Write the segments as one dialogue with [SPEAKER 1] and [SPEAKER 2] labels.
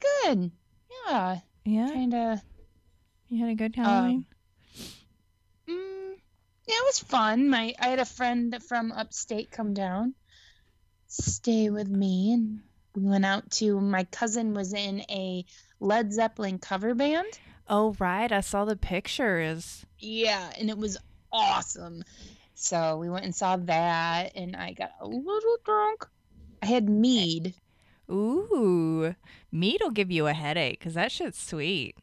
[SPEAKER 1] pretty good. Yeah,
[SPEAKER 2] Yeah,
[SPEAKER 1] kind of.
[SPEAKER 2] you had a good Halloween.
[SPEAKER 1] Mm, yeah, it was fun. My I had a friend from upstate come down, stay with me, and we went out to. My cousin was in a Led Zeppelin cover band.
[SPEAKER 2] oh right, I saw the pictures.
[SPEAKER 1] Yeah, and it was awesome. So we went and saw that, and I got a little drunk. I had mead.
[SPEAKER 2] Ooh, meat'll give you a headache because that shit's sweet.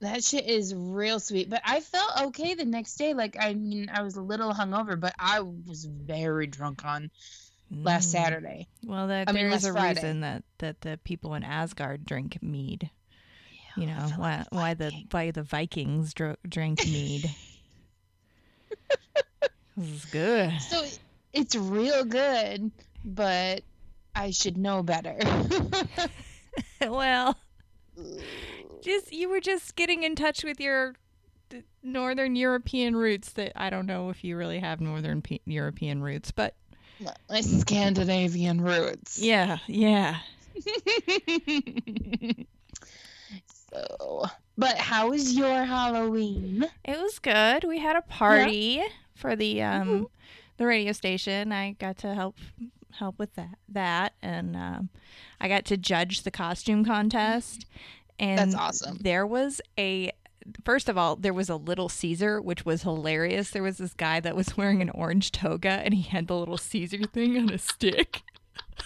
[SPEAKER 1] That shit is real sweet, but I felt okay the next day. Like, I mean, I was a little hungover, but I was very drunk on last
[SPEAKER 2] Mm.
[SPEAKER 1] Saturday.
[SPEAKER 2] Well, that
[SPEAKER 1] I mean,
[SPEAKER 2] there's
[SPEAKER 1] last
[SPEAKER 2] a
[SPEAKER 1] Friday.
[SPEAKER 2] reason that that the people in Asgard drink mead.
[SPEAKER 1] Oh,
[SPEAKER 2] You
[SPEAKER 1] I
[SPEAKER 2] know
[SPEAKER 1] felt
[SPEAKER 2] why
[SPEAKER 1] like a
[SPEAKER 2] why the
[SPEAKER 1] Viking.
[SPEAKER 2] why the Vikings dro- drank mead. this is good.
[SPEAKER 1] So it's real good, but I should know better.
[SPEAKER 2] well, just you were just getting in touch with your d- northern European roots. That I don't know if you really have northern P- European roots, but
[SPEAKER 1] My Scandinavian roots.
[SPEAKER 2] yeah, yeah.
[SPEAKER 1] so, but how was your Halloween?
[SPEAKER 2] It was good. We had a party for the um the radio station. I got to help help with that that and um I got to judge the costume contest. And
[SPEAKER 1] That's awesome.
[SPEAKER 2] There was a First of all, there was a little Caesar, which was hilarious. There was this guy that was wearing an orange toga and he had the little Caesar thing on a stick.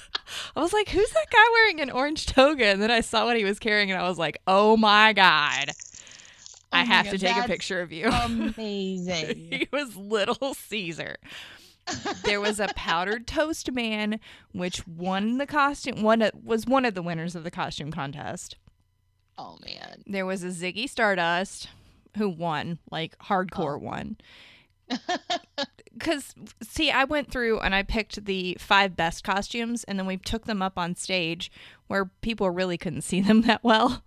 [SPEAKER 2] I was like, who's that guy wearing an orange toga? And then I saw what he was carrying and I was like, oh my God. I
[SPEAKER 1] Oh my
[SPEAKER 2] have
[SPEAKER 1] God,
[SPEAKER 2] to take a
[SPEAKER 1] that's
[SPEAKER 2] picture of you.
[SPEAKER 1] Amazing.
[SPEAKER 2] he was little Caesar. There was a powdered toast man, which won the costume. One of- was one of the winners of the costume contest.
[SPEAKER 1] oh man.
[SPEAKER 2] There was a Ziggy Stardust, who won, like hardcore
[SPEAKER 1] Oh.
[SPEAKER 2] won. Because see, I went through and I picked the five best costumes, and then we took them up on stage where people really couldn't see them that well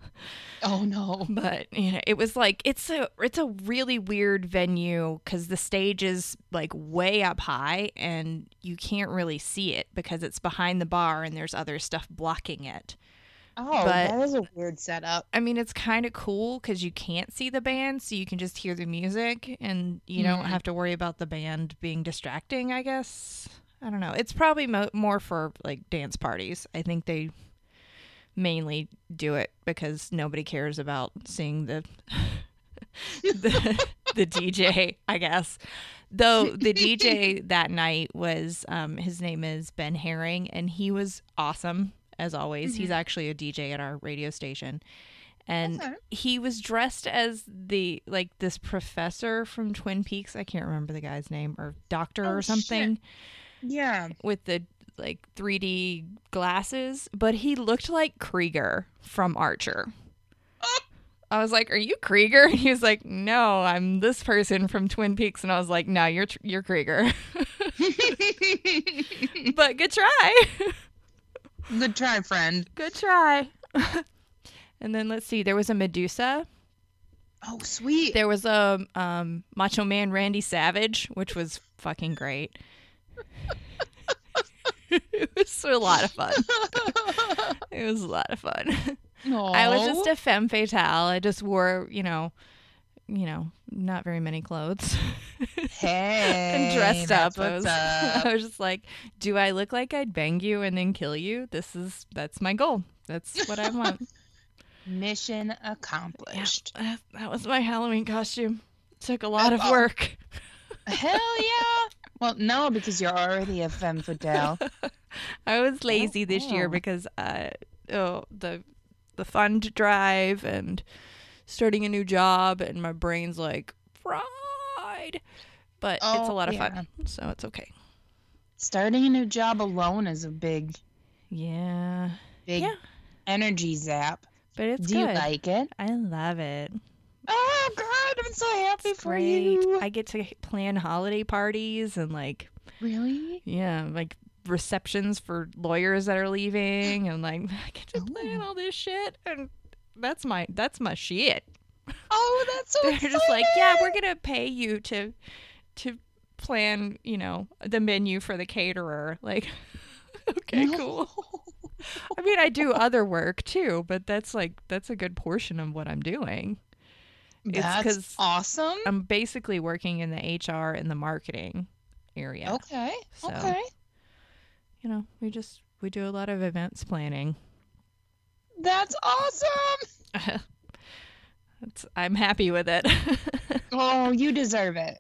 [SPEAKER 1] Oh no.
[SPEAKER 2] but you know it was like it's a it's a really weird venue because the stage is like way up high and you can't really see it because it's behind the bar and there's other stuff blocking it
[SPEAKER 1] Oh,
[SPEAKER 2] But-
[SPEAKER 1] that is a weird setup.
[SPEAKER 2] i mean it's kind of cool because you can't see the band so you can just hear the music and you don't
[SPEAKER 1] Mhm.
[SPEAKER 2] have to worry about the band being distracting i guess i don't know it's probably mo- more for like dance parties i think they mainly do it because nobody cares about seeing the the, the DJ, I guess. Though the DJ that night was, um, his name is Ben Herring, and he was awesome as always. He's actually a DJ at our radio station, and
[SPEAKER 1] Okay.
[SPEAKER 2] he was dressed as the like this professor from Twin Peaks. I can't remember the guy's name or doctor
[SPEAKER 1] Oh,
[SPEAKER 2] or
[SPEAKER 1] shit.
[SPEAKER 2] something
[SPEAKER 1] Yeah.
[SPEAKER 2] with the like 3D glasses, but he looked like Krieger from Archer. I was like, "Are you Krieger?" And he was like, "No, I'm this person from Twin Peaks." And I was like, "No, you're tr- you're Krieger." but good try.
[SPEAKER 1] Good try, friend.
[SPEAKER 2] good try. and then let's see, there was a Medusa.
[SPEAKER 1] Oh, sweet.
[SPEAKER 2] There was a um, Macho Man Randy Savage, which was fucking great. it was a lot of fun. It was a lot of fun. I was just a femme fatale. I just wore, you know, you know, not very many clothes and dressed up. I was, I was just like, do I look like I'd bang you and then kill you? This is that's my goal. That's what I want.
[SPEAKER 1] Mission accomplished.
[SPEAKER 2] that, that was my Halloween costume. Took a lot of
[SPEAKER 1] Oh.
[SPEAKER 2] work.
[SPEAKER 1] Hell yeah. Well, no, because you're already a femme fatale.
[SPEAKER 2] I was lazy this year
[SPEAKER 1] wow.
[SPEAKER 2] because uh, oh, the the fund drive and starting a new job, and my brain's like fried. But it's a
[SPEAKER 1] Oh,
[SPEAKER 2] lot of
[SPEAKER 1] yeah.
[SPEAKER 2] fun, so it's okay.
[SPEAKER 1] Starting a new job alone is a big,
[SPEAKER 2] Yeah,
[SPEAKER 1] big
[SPEAKER 2] Yeah.
[SPEAKER 1] energy zap.
[SPEAKER 2] but it's
[SPEAKER 1] Do
[SPEAKER 2] good.
[SPEAKER 1] you like it?
[SPEAKER 2] I love it.
[SPEAKER 1] Oh, God, I'm so happy
[SPEAKER 2] It's
[SPEAKER 1] for
[SPEAKER 2] great.
[SPEAKER 1] you.
[SPEAKER 2] I get to plan holiday parties and like
[SPEAKER 1] Really?
[SPEAKER 2] yeah, like receptions for lawyers that are leaving, and like I get to
[SPEAKER 1] Ooh.
[SPEAKER 2] plan all this shit, and that's my that's my shit.
[SPEAKER 1] Oh, that's so
[SPEAKER 2] they're just like, yeah,
[SPEAKER 1] exciting.
[SPEAKER 2] we're gonna pay you to to plan, you know, the menu for the caterer. Like, okay, cool.
[SPEAKER 1] No.
[SPEAKER 2] I mean, I do other work too, but that's like that's a good portion of what I'm doing. It's
[SPEAKER 1] That's
[SPEAKER 2] 'cause- Oh,
[SPEAKER 1] awesome.
[SPEAKER 2] I'm basically working in the HR and the marketing area.
[SPEAKER 1] Okay.
[SPEAKER 2] So-
[SPEAKER 1] Okay.
[SPEAKER 2] You know, we just we do a lot of events planning.
[SPEAKER 1] That's awesome.
[SPEAKER 2] It's, I'm happy with it.
[SPEAKER 1] Oh, you deserve it.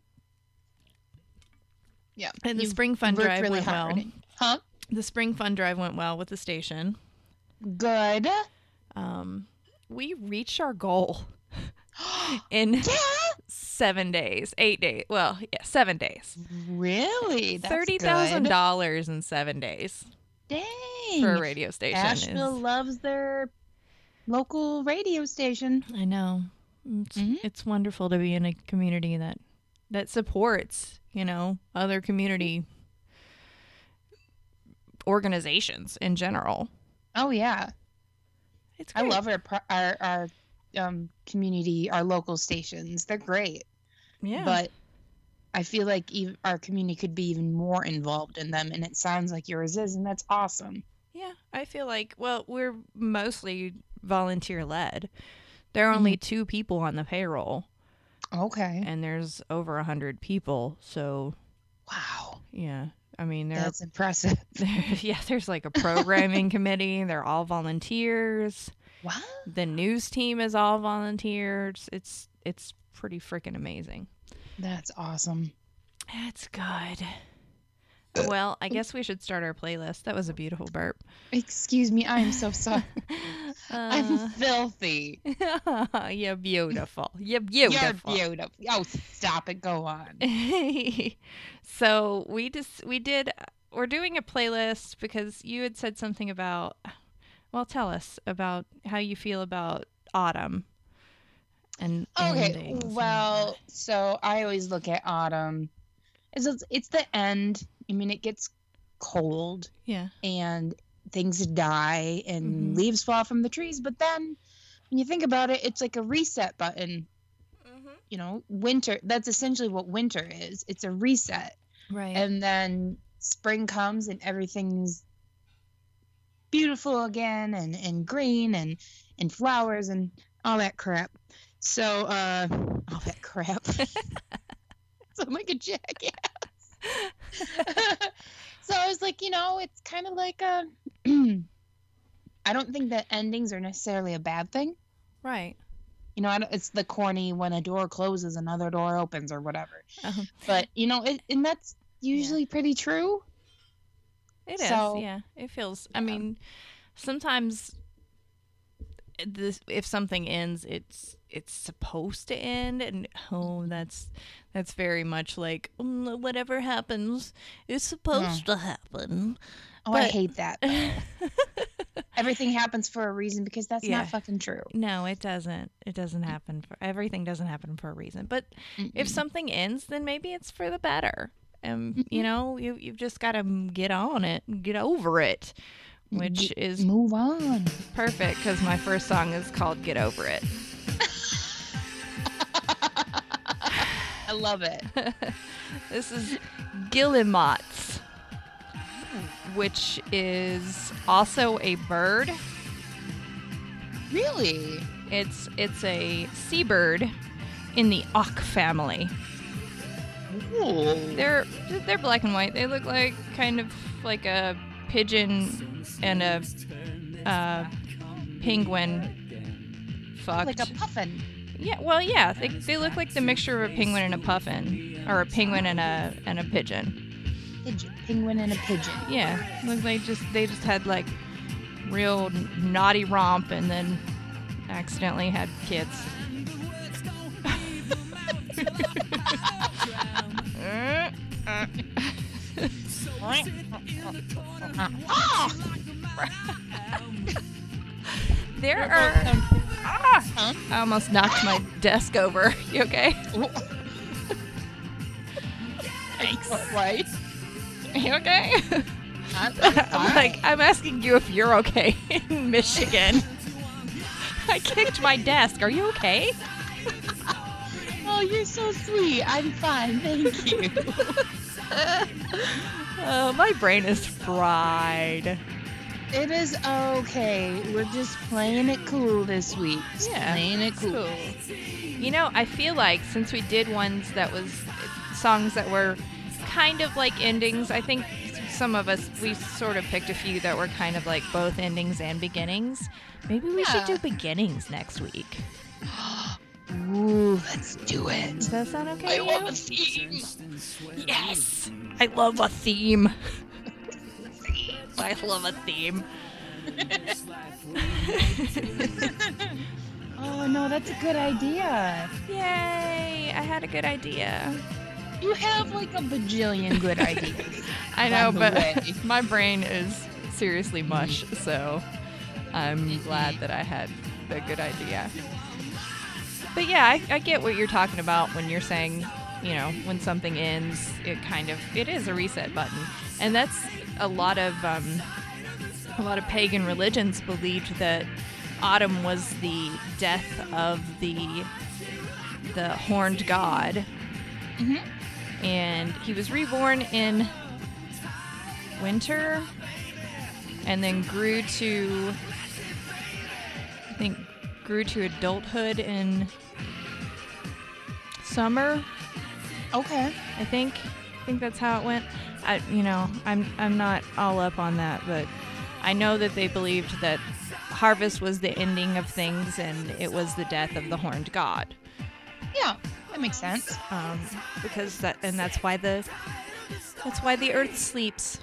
[SPEAKER 1] Yeah.
[SPEAKER 2] and the
[SPEAKER 1] you
[SPEAKER 2] spring fun
[SPEAKER 1] worked
[SPEAKER 2] drive
[SPEAKER 1] really
[SPEAKER 2] went
[SPEAKER 1] hard.
[SPEAKER 2] well.
[SPEAKER 1] Huh?
[SPEAKER 2] The spring fun drive went well with the station.
[SPEAKER 1] Good.
[SPEAKER 2] Um, we reached our goal in
[SPEAKER 1] yeah.
[SPEAKER 2] seven days, eight days. Well, yeah, seven days.
[SPEAKER 1] Really? That's
[SPEAKER 2] Thirty thousand dollars in seven days
[SPEAKER 1] Dang.
[SPEAKER 2] for a radio station. is-
[SPEAKER 1] Asheville loves their local radio station.
[SPEAKER 2] I know. It's,
[SPEAKER 1] Mhm.
[SPEAKER 2] it's wonderful to be in a community that that supports, you know, other community organizations in general.
[SPEAKER 1] Oh yeah,
[SPEAKER 2] It's
[SPEAKER 1] I
[SPEAKER 2] great.
[SPEAKER 1] love our pro- our our um, community, our local stations. They're great,
[SPEAKER 2] yeah.
[SPEAKER 1] but I feel like ev- our community could be even more involved in them, and it sounds like yours is, and that's awesome.
[SPEAKER 2] yeah, I feel like well, we're mostly volunteer led. There
[SPEAKER 1] Mm-hmm.
[SPEAKER 2] are only two people on the payroll
[SPEAKER 1] Okay.
[SPEAKER 2] and there's over a hundred people, so
[SPEAKER 1] Wow,
[SPEAKER 2] yeah. I mean there are
[SPEAKER 1] that's impressive.
[SPEAKER 2] yeah, there's like a programming committee. They're all volunteers.
[SPEAKER 1] Wow.
[SPEAKER 2] the news team is all volunteers. It's it's pretty freaking amazing.
[SPEAKER 1] That's awesome.
[SPEAKER 2] That's good. Well, I guess we should start our playlist. That was a beautiful burp.
[SPEAKER 1] Excuse me, I'm so sorry. I'm
[SPEAKER 2] Uh,
[SPEAKER 1] filthy.
[SPEAKER 2] you're beautiful. You're
[SPEAKER 1] You're
[SPEAKER 2] beautiful.
[SPEAKER 1] beautiful. Oh, stop it. Go on.
[SPEAKER 2] so we just we did we're doing a playlist because you had said something about well tell us about how you feel about autumn and
[SPEAKER 1] Okay.
[SPEAKER 2] endings and
[SPEAKER 1] Well, so I always look at autumn. It's it's the end. I mean, it gets cold
[SPEAKER 2] yeah
[SPEAKER 1] and things die and
[SPEAKER 2] Mhm.
[SPEAKER 1] leaves fall from the trees. But then, when you think about it, it's like a reset button. You know, winter. That's essentially what winter is. It's a reset.
[SPEAKER 2] right
[SPEAKER 1] And then spring comes and everything's beautiful again and, and green and, and flowers and all that crap. So, uh, all that crap. so I'm like a jackass. so I was like, you know, it's kind of like a. I don't think that endings are necessarily a bad thing.
[SPEAKER 2] right
[SPEAKER 1] You know, I don't, it's the corny when a door closes, another door opens, or whatever.
[SPEAKER 2] Uh-huh.
[SPEAKER 1] But you know, it, and that's usually pretty true.
[SPEAKER 2] It is,
[SPEAKER 1] So-
[SPEAKER 2] yeah. It feels. I
[SPEAKER 1] Yeah.
[SPEAKER 2] mean, sometimes this if something ends, it's it's supposed to end, and oh, that's that's very much like "Mm, whatever happens is
[SPEAKER 1] Mm.
[SPEAKER 2] supposed to happen.
[SPEAKER 1] Oh, I
[SPEAKER 2] But-
[SPEAKER 1] hate that. Everything happens for a reason because that's
[SPEAKER 2] Yeah.
[SPEAKER 1] not fucking true.
[SPEAKER 2] no, it doesn't. It doesn't happen for everything. Doesn't happen for a reason. But if
[SPEAKER 1] Mm-mm.
[SPEAKER 2] something ends, then maybe it's for the better. And
[SPEAKER 1] Mhm.
[SPEAKER 2] you know, you you've just got to get on it, get over it, which is
[SPEAKER 1] move on.
[SPEAKER 2] Perfect, because my first song is called Get Over It.
[SPEAKER 1] I love it.
[SPEAKER 2] This is Guillemots, which is also a bird.
[SPEAKER 1] Really?
[SPEAKER 2] It's it's a seabird in the auk family.
[SPEAKER 1] Ooh.
[SPEAKER 2] They're they're black and white. They look like kind of like a pigeon and a uh, penguin fucked.
[SPEAKER 1] Like a puffin.
[SPEAKER 2] Yeah, well, yeah, they, they look like the mixture of a penguin and a puffin, or a penguin and a and a pigeon.
[SPEAKER 1] Pigeon. Penguin and a pigeon.
[SPEAKER 2] Yeah, look like just they just had like real naughty romp and then accidentally had kids.
[SPEAKER 1] Ah!
[SPEAKER 2] there are. Ah! I almost knocked my desk over. You okay?
[SPEAKER 1] Thanks. Right?
[SPEAKER 2] You okay?
[SPEAKER 1] I'm,
[SPEAKER 2] I'm like, I'm asking you if you're okay in Michigan. I kicked my desk. Are you okay?
[SPEAKER 1] oh, you're so sweet. I'm fine. Thank you.
[SPEAKER 2] Oh, my brain is fried.
[SPEAKER 1] It is okay. We're just playing it cool this week. Just
[SPEAKER 2] Yeah,
[SPEAKER 1] playing it
[SPEAKER 2] it's
[SPEAKER 1] cool.
[SPEAKER 2] cool. You know, I feel like since we did ones that was songs that were kind of like endings, I think some of us we sort of picked a few that were kind of like both endings and beginnings. Maybe we should do
[SPEAKER 1] Yeah.
[SPEAKER 2] beginnings next week.
[SPEAKER 1] Ooh, let's do it.
[SPEAKER 2] Does that sound okay?
[SPEAKER 1] I
[SPEAKER 2] to
[SPEAKER 1] love
[SPEAKER 2] you?
[SPEAKER 1] a theme.
[SPEAKER 2] Yes, I love a theme. I love a theme.
[SPEAKER 1] Oh no, that's a good idea.
[SPEAKER 2] Yay! I had a good idea.
[SPEAKER 1] You have like a bajillion good ideas. By
[SPEAKER 2] I know,
[SPEAKER 1] the
[SPEAKER 2] but
[SPEAKER 1] way. Mm.
[SPEAKER 2] my brain is seriously mush, so I'm
[SPEAKER 1] Mm-hmm.
[SPEAKER 2] glad that I had the good idea. But yeah, I, I get what you're talking about when you're saying, you know, when something ends, it kind of it is a reset button, and that's a lot of um, a lot of pagan religions believed that autumn was the death of the the horned god
[SPEAKER 1] Mhm.
[SPEAKER 2] and he was reborn in winter and then grew to i think grew to adulthood in summer
[SPEAKER 1] okay.
[SPEAKER 2] i think i think that's how it went i you know i'm i'm not all up on that but i know that they believed that harvest was the ending of things and it was the death of the horned god
[SPEAKER 1] Yeah, that makes sense.
[SPEAKER 2] um, because that and that's why the that's why the earth sleeps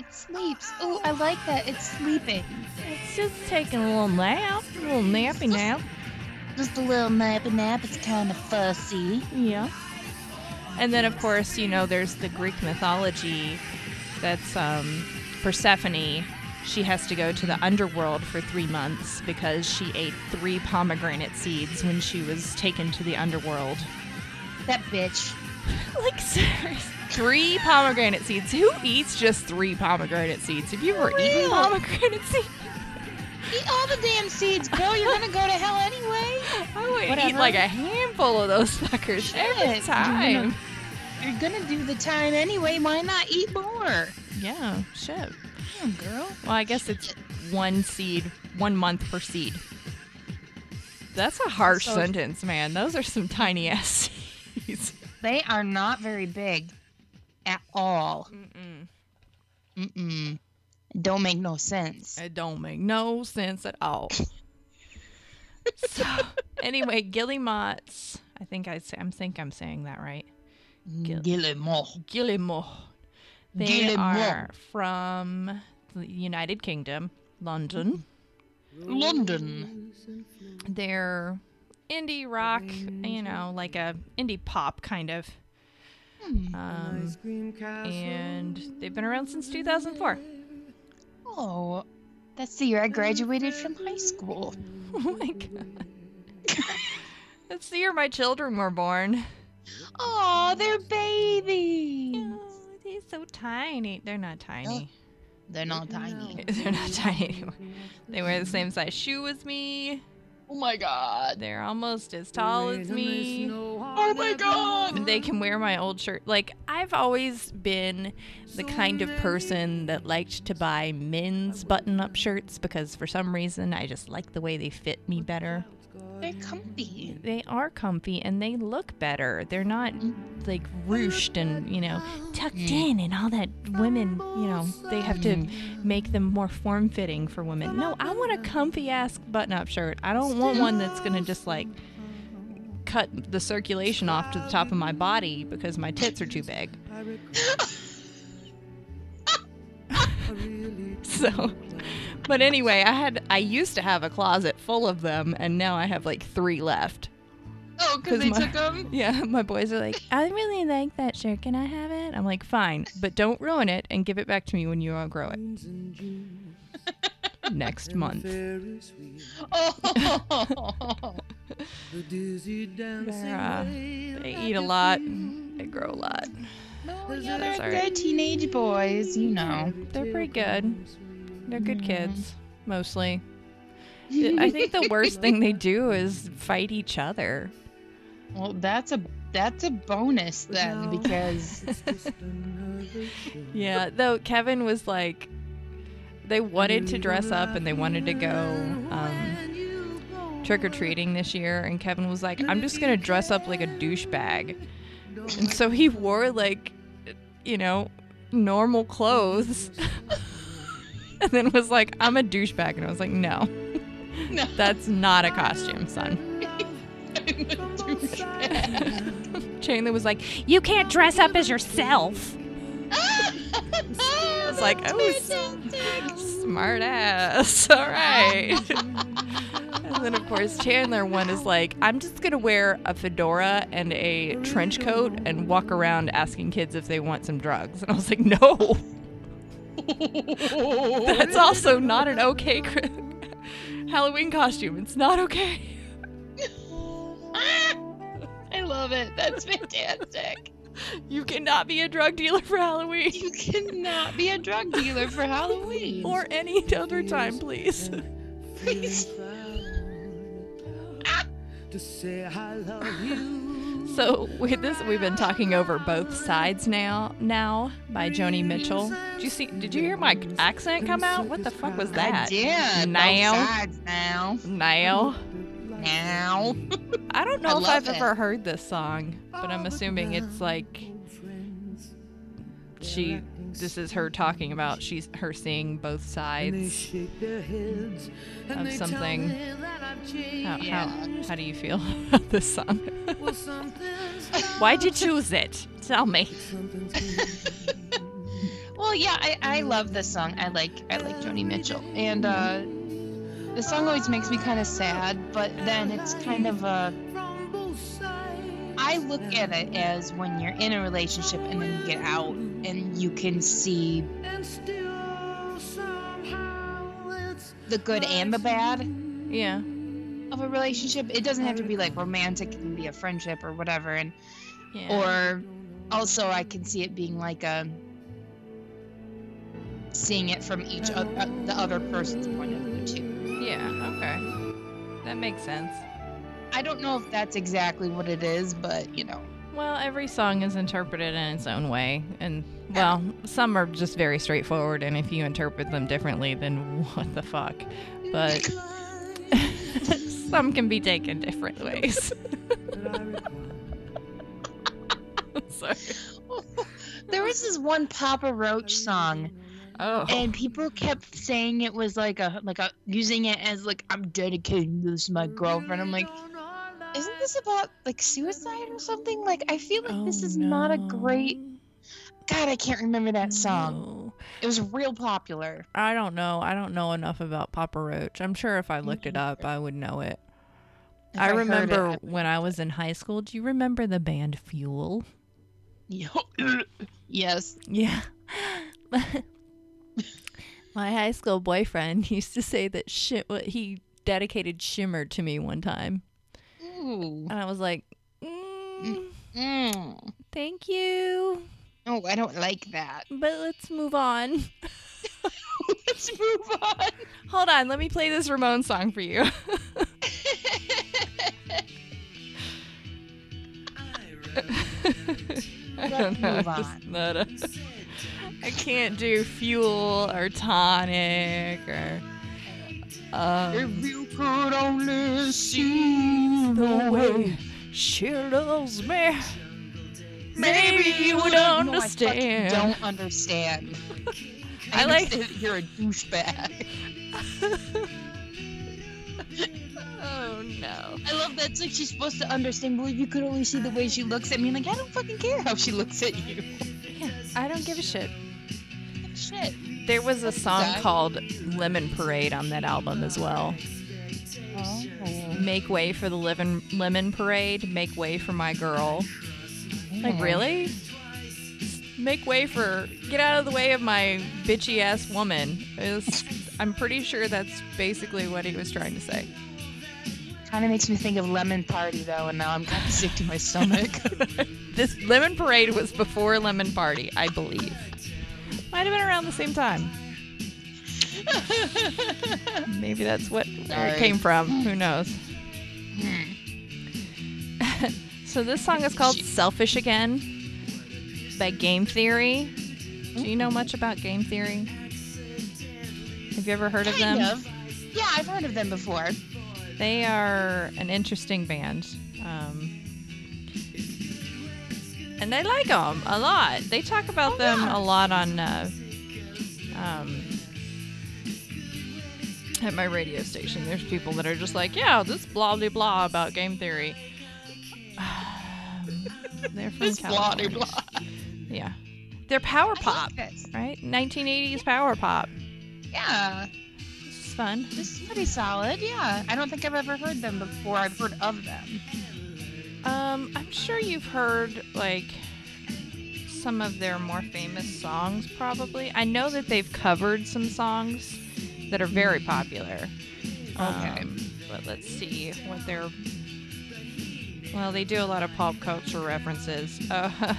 [SPEAKER 1] It sleeps. Ooh, I like that. It's sleeping.
[SPEAKER 2] It's just taking a little nap, a little nappy nap.
[SPEAKER 1] Just a little nap and nap. It's kind of fussy.
[SPEAKER 2] Yeah. And then, of course, you know, there's the Greek mythology that's um, Persephone. She has to go to the underworld for three months because she ate three pomegranate seeds when she was taken to the underworld.
[SPEAKER 1] That bitch.
[SPEAKER 2] Like, seriously. Three pomegranate seeds. Who eats just three pomegranate seeds? Have you ever eaten
[SPEAKER 1] Real.
[SPEAKER 2] pomegranate seeds?
[SPEAKER 1] Eat all the damn seeds, girl. You're gonna go to hell anyway.
[SPEAKER 2] I would eat
[SPEAKER 1] Whatever.
[SPEAKER 2] like a handful of those fuckers every
[SPEAKER 1] Shit, you're gonna-
[SPEAKER 2] time.
[SPEAKER 1] You're gonna do the time anyway. Why not eat more?
[SPEAKER 2] Yeah, shit.
[SPEAKER 1] Damn, girl.
[SPEAKER 2] Well, I guess it's one seed, one month per seed. That's a harsh
[SPEAKER 1] So-
[SPEAKER 2] sentence, man. Those are some tiny ass seeds.
[SPEAKER 1] They are not very big at all. Mm-mm. Don't make no sense.
[SPEAKER 2] It don't make no sense at all. so, anyway, Guillemots. I think I say, I think I'm saying that right. Gil-
[SPEAKER 1] Guillemot.
[SPEAKER 2] Guillemot. They
[SPEAKER 1] Guillemot.
[SPEAKER 2] are from the United Kingdom, London.
[SPEAKER 1] London.
[SPEAKER 2] they're indie rock, you know, like a indie pop kind of.
[SPEAKER 1] Hmm.
[SPEAKER 2] Um, and they've been around since 2004.
[SPEAKER 1] Oh, that's the year I graduated from high school.
[SPEAKER 2] Oh my god. That's the year my children were born.
[SPEAKER 1] Oh, they're babies.
[SPEAKER 2] Oh, they're so tiny. They're not tiny.
[SPEAKER 1] They're not tiny.
[SPEAKER 2] They're not tiny anymore. They wear the same size shoe as me.
[SPEAKER 1] Oh my god.
[SPEAKER 2] They're almost as tall as me.
[SPEAKER 1] Oh my god.
[SPEAKER 2] they can wear my old shirt. Like I've always been the kind of person that liked to buy men's button-up shirts because for some reason I just like the way they fit me better.
[SPEAKER 1] They're comfy.
[SPEAKER 2] They are comfy and they look better. They're not like ruched and, you know, tucked in and all that women, you know, they have to make them more form-fitting for women. No, I want a comfy ass button-up shirt. I don't want one that's going to just like cut the circulation off to the top of my body because my tits are too big. So, but anyway, I had I used to have a closet full of them, and now I have like three left.
[SPEAKER 1] Oh,
[SPEAKER 2] 'Cause
[SPEAKER 1] because they
[SPEAKER 2] my-
[SPEAKER 1] took them?
[SPEAKER 2] Yeah, my boys are like, I really like that shirt. Can I have it? I'm like, fine, but don't ruin it and give it back to me when you outgrow it next month.
[SPEAKER 1] Oh.
[SPEAKER 2] They're, uh, they eat a lot. They grow a lot.
[SPEAKER 1] no, yeah,
[SPEAKER 2] That's all
[SPEAKER 1] they're,
[SPEAKER 2] right.
[SPEAKER 1] they're teenage boys, you know.
[SPEAKER 2] They're pretty good. They're good kids, mostly. I think the worst thing they do is fight each other.
[SPEAKER 1] Well, that's a that's a bonus then because
[SPEAKER 2] Yeah, though Kevin was like, they wanted to dress up and they wanted to go um, trick or treating this year, and Kevin was like, "I'm just gonna dress up like a douchebag," and so he wore like, you know, normal clothes, and then was like, "I'm a douchebag," and I was like, "No,
[SPEAKER 1] No.
[SPEAKER 2] that's not a costume, son." Chandler was like, "You can't dress up as yourself."
[SPEAKER 1] I
[SPEAKER 2] was like, oh, s- Smart ass. All right. and then, of course, Chandler one is like, I'm just going to wear a fedora and a trench coat and walk around asking kids if they want some drugs. And I was like, no, that's also not an okay cr- Halloween costume. It's not okay.
[SPEAKER 1] I love it. That's fantastic.
[SPEAKER 2] You cannot be a drug dealer for Halloween
[SPEAKER 1] You cannot be a drug dealer for Halloween.
[SPEAKER 2] or any other time, please.
[SPEAKER 1] Please.
[SPEAKER 3] to say I love you.
[SPEAKER 2] So with this, we've been talking over both sides now. Now by Joni Mitchell. Did you see? Did you hear my accent come out? What the fuck was that?
[SPEAKER 1] Yeah,
[SPEAKER 2] Now.
[SPEAKER 1] both sides now.
[SPEAKER 2] Now
[SPEAKER 1] Now.
[SPEAKER 2] I don't know
[SPEAKER 1] I
[SPEAKER 2] if I've
[SPEAKER 1] love it.
[SPEAKER 2] ever heard this song, but I'm assuming it's like she. This is her talking about she's her seeing both sides.
[SPEAKER 3] Shake their heads and
[SPEAKER 2] Of
[SPEAKER 3] they tell
[SPEAKER 2] something.
[SPEAKER 3] me that I've changed.
[SPEAKER 2] How,
[SPEAKER 1] Yeah.
[SPEAKER 2] how, how do you feel about this song?
[SPEAKER 3] Well, something's
[SPEAKER 2] Why'd you choose it? Tell me.
[SPEAKER 3] something's good.
[SPEAKER 1] Well, yeah, I, I love this song. I like I like Joni Mitchell, and uh, the song always makes me kind of sad. But then it's kind of a
[SPEAKER 3] from both sides.
[SPEAKER 1] I look at it as when you're in a relationship and then you get out and you can see
[SPEAKER 3] And still somehow it's
[SPEAKER 1] the good and the bad
[SPEAKER 2] Yeah.
[SPEAKER 1] of a relationship. It doesn't have to be like romantic; it can be a friendship or whatever. And
[SPEAKER 2] Yeah.
[SPEAKER 1] or also I can see it being like a seeing it from each o- uh, the other person's point of view too.
[SPEAKER 2] yeah. Okay. That makes sense.
[SPEAKER 1] I don't know if that's exactly what it is, but you know.
[SPEAKER 2] Well, every song is interpreted in its own way. And, well, some are just very straightforward. And if you interpret them differently, then what the fuck? But some can be taken different ways. Sorry.
[SPEAKER 1] There was this one Papa Roach song,
[SPEAKER 2] Oh.
[SPEAKER 1] and people kept saying it was like a like a using it as like I'm dedicating this to my girlfriend. I'm like, isn't this about like suicide or something? Like I feel like
[SPEAKER 2] oh,
[SPEAKER 1] this is not a great. God, I can't remember that song. It was real popular.
[SPEAKER 2] I don't know. I don't know enough about Papa Roach. I'm sure if I looked it up, I would know it.
[SPEAKER 1] If
[SPEAKER 2] I
[SPEAKER 1] heard it,
[SPEAKER 2] remember
[SPEAKER 1] I-
[SPEAKER 2] when I was in high school. Do you remember the band Fuel?
[SPEAKER 1] yes.
[SPEAKER 2] Yeah. My high school boyfriend used to say that shit. What he dedicated Shimmer to me one time,
[SPEAKER 1] Ooh.
[SPEAKER 2] and I was like, mm,
[SPEAKER 1] Mm.
[SPEAKER 2] "Thank you,
[SPEAKER 1] Oh, I don't like that.
[SPEAKER 2] but let's move on."
[SPEAKER 1] Let's move on.
[SPEAKER 2] Hold on, let me play this Ramon song for you. I
[SPEAKER 1] Let's
[SPEAKER 2] don't know.
[SPEAKER 1] move
[SPEAKER 2] I'm just not a- I can't do fuel or tonic or. Um,
[SPEAKER 1] you could only see
[SPEAKER 2] the way she loves me. Maybe you would understand.
[SPEAKER 1] No, I fucking don't understand.
[SPEAKER 2] I like-
[SPEAKER 1] understand that you're a douchebag.
[SPEAKER 2] Oh no.
[SPEAKER 1] I love that. It's like she's supposed to understand. Well, you could only see the way she looks at me. Like I don't fucking care how she looks at you.
[SPEAKER 2] I don't give a shit.
[SPEAKER 1] Shit.
[SPEAKER 2] There was a song
[SPEAKER 1] Okay.
[SPEAKER 2] called Lemon Parade on that album as well.
[SPEAKER 1] Oh,
[SPEAKER 2] Make way for the Lemon Lemon Parade, make way for my girl. Like really? Make way for get out of the way of my bitchy ass woman. Is I'm pretty sure that's basically what he was trying to say.
[SPEAKER 1] Kind of makes me think of Lemon Party though, and now I'm kind of sick to my stomach.
[SPEAKER 2] This Lemon Parade was before Lemon Party, I believe. Might have been around the same time. Maybe that's what where it
[SPEAKER 1] Sorry.
[SPEAKER 2] came from. Who knows?
[SPEAKER 1] Hmm.
[SPEAKER 2] so this song is called "Selfish Again" by Game Theory. Do you know much about Game Theory? Have you ever heard of
[SPEAKER 1] Kind
[SPEAKER 2] them?
[SPEAKER 1] of. Yeah, I've heard of them before.
[SPEAKER 2] They are an interesting band. Um, and they like them a lot. They talk about
[SPEAKER 1] Oh,
[SPEAKER 2] them
[SPEAKER 1] yeah.
[SPEAKER 2] a lot on uh, um, at my radio station. There's people that are just like, yeah, this blah blah blah about game theory. Um, they're from
[SPEAKER 1] This blah
[SPEAKER 2] California.
[SPEAKER 1] blah blah.
[SPEAKER 2] Yeah, they're power
[SPEAKER 1] I
[SPEAKER 2] pop,
[SPEAKER 1] like this.
[SPEAKER 2] right? 1980s power pop.
[SPEAKER 1] Yeah,
[SPEAKER 2] This is fun.
[SPEAKER 1] this is pretty solid. Yeah, I don't think I've ever heard them before. I've heard of them.
[SPEAKER 2] Um, I'm sure you've heard like some of their more famous songs, probably. I know that they've covered some songs that are very popular.
[SPEAKER 1] Okay.
[SPEAKER 2] Um, but let's see what they're. Well, they do a lot of pop culture references. Uh,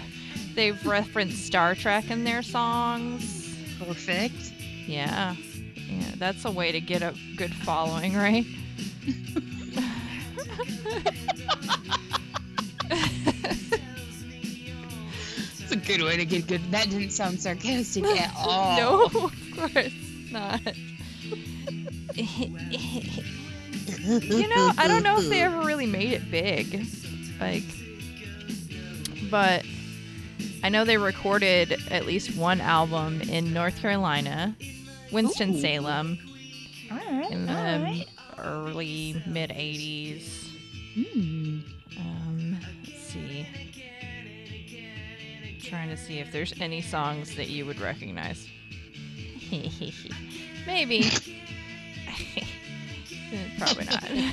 [SPEAKER 2] they've referenced Star Trek in their songs.
[SPEAKER 1] Perfect.
[SPEAKER 2] Yeah. Yeah, that's a way to get a good following, right?
[SPEAKER 1] It's a good way to get good. That didn't sound sarcastic at all.
[SPEAKER 2] No, of course not. you know, I don't know if they ever really made it big. Like, but I know they recorded at least one album in North Carolina, Winston-Salem,
[SPEAKER 1] All right.
[SPEAKER 2] in the
[SPEAKER 1] Oh, all right.
[SPEAKER 2] early, mid 80s.
[SPEAKER 1] Hmm.
[SPEAKER 2] Um, let's see. Trying to see if there's any songs that you would recognize. Maybe. Probably not.
[SPEAKER 1] I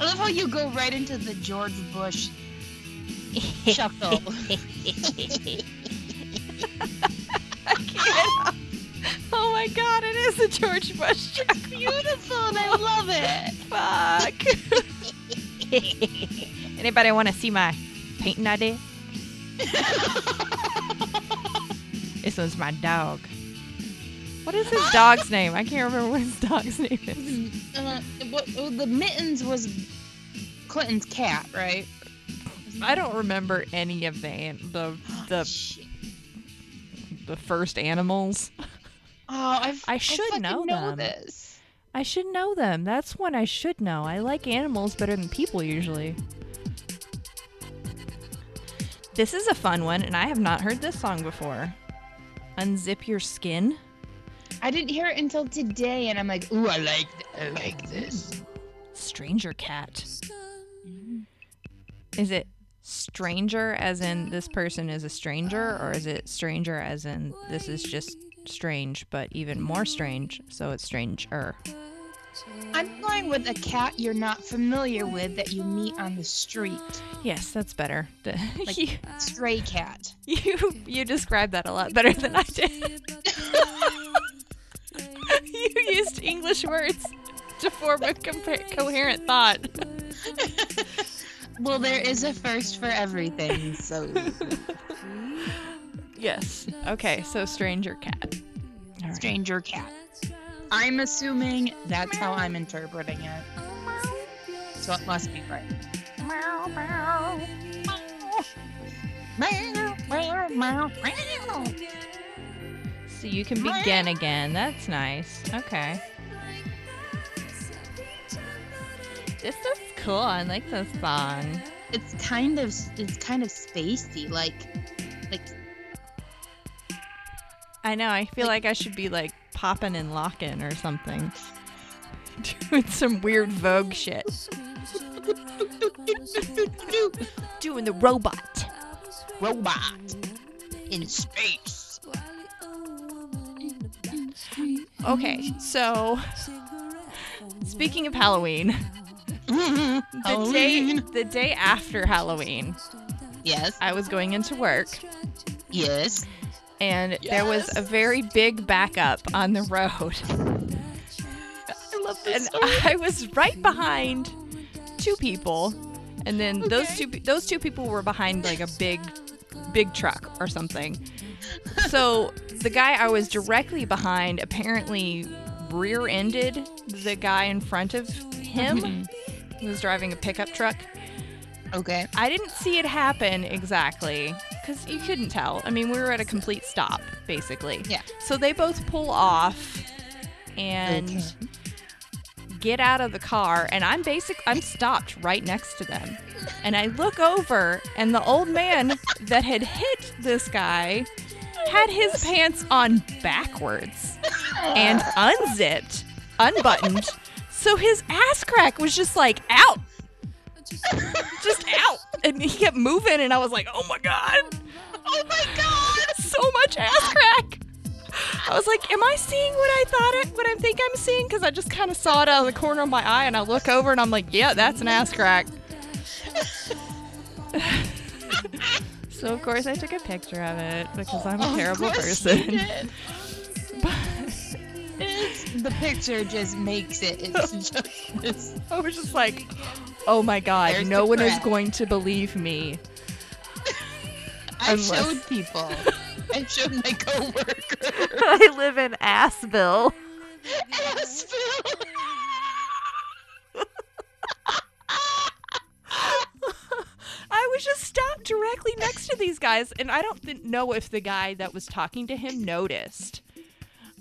[SPEAKER 1] love how you go right into the George Bush chuckle.
[SPEAKER 2] oh my god, it is a George Bush joke.
[SPEAKER 1] Beautiful, and I love it.
[SPEAKER 2] Fuck. Anybody want to see my painting I did? this one's my dog. What is his dog's name? I can't remember what his dog's name is.
[SPEAKER 1] Uh, what, oh, the mittens was Clinton's cat, right?
[SPEAKER 2] I don't remember any of the an- the the,
[SPEAKER 1] Shit.
[SPEAKER 2] the first animals.
[SPEAKER 1] Oh, I've,
[SPEAKER 2] I should
[SPEAKER 1] fucking
[SPEAKER 2] know them.
[SPEAKER 1] this.
[SPEAKER 2] I should know them. That's one I should know. I like animals better than people usually. This is a fun one, and I have not heard this song before. Unzip your skin.
[SPEAKER 1] I didn't hear it until today, and I'm like, ooh, I like, th- I like this.
[SPEAKER 2] Stranger Cat. Is it stranger as in this person is a stranger, or is it stranger as in this is just strange, but even more strange, so it's stranger?
[SPEAKER 1] I'm going with a cat you're not familiar with that you meet on the street.
[SPEAKER 2] Yes, that's better. you,
[SPEAKER 1] Like stray cat.
[SPEAKER 2] you, you described that a lot better than I did. you used English words to form a compa- coherent thought.
[SPEAKER 1] Well, there is a first for everything, so
[SPEAKER 2] Yes. Okay, so stranger cat. All right.
[SPEAKER 1] stranger cat. I'm assuming that's how I'm interpreting it, so it must be right. Meow, meow, meow. Meow, meow, meow.
[SPEAKER 2] So you can begin again. That's nice. Okay. This is cool. I like this song.
[SPEAKER 1] It's kind of it's kind of spacey, like like
[SPEAKER 2] I know. I feel like I should be like popping and locking or something. Doing some weird Vogue shit. Doing the robot.
[SPEAKER 1] robot in space.
[SPEAKER 2] Okay, so speaking of Halloween, the day,
[SPEAKER 1] Halloween.
[SPEAKER 2] the day after Halloween,
[SPEAKER 1] Yes,
[SPEAKER 2] I was going into work
[SPEAKER 1] yes.
[SPEAKER 2] and there was a very big backup on the road.
[SPEAKER 1] I love
[SPEAKER 2] and I was right behind two people, and then those
[SPEAKER 1] Okay.
[SPEAKER 2] two those two people were behind like a big big truck or something. So the guy I was directly behind apparently rear-ended the guy in front of him.
[SPEAKER 1] Mm-hmm.
[SPEAKER 2] He was driving a pickup truck.
[SPEAKER 1] Okay.
[SPEAKER 2] I didn't see it happen exactly because you couldn't tell. I mean, we were at a complete stop, basically.
[SPEAKER 1] Yeah.
[SPEAKER 2] So they both pull off and
[SPEAKER 1] Okay.
[SPEAKER 2] get out of the car and I'm basic I'm stopped right next to them. And I look over and the old man that had hit this guy had his pants on backwards and unzipped, unbuttoned. So his ass crack was just like out. Just out. And he kept moving and I was like, "Oh my god."
[SPEAKER 1] Oh my god!
[SPEAKER 2] so much ass crack. I was like, "Am I seeing what I thought? I, what I think I'm seeing?" Because I just kind of saw it out of the corner of my eye, and I look over, and I'm like, "Yeah, that's an ass crack." so of course I took a picture of it because I'm a
[SPEAKER 1] Of
[SPEAKER 2] terrible
[SPEAKER 1] course you
[SPEAKER 2] person.
[SPEAKER 1] did. It's- the picture just makes it. It's just this.
[SPEAKER 2] I was just like, "Oh my god,
[SPEAKER 1] There's
[SPEAKER 2] no
[SPEAKER 1] the
[SPEAKER 2] one is
[SPEAKER 1] crack.
[SPEAKER 2] going to believe me."
[SPEAKER 1] I
[SPEAKER 2] Unless-
[SPEAKER 1] showed people. I showed my coworker.
[SPEAKER 2] I live in Assville.
[SPEAKER 1] Asheville.
[SPEAKER 2] I was just stopped directly next to these guys, and I don't th- know if the guy that was talking to him noticed.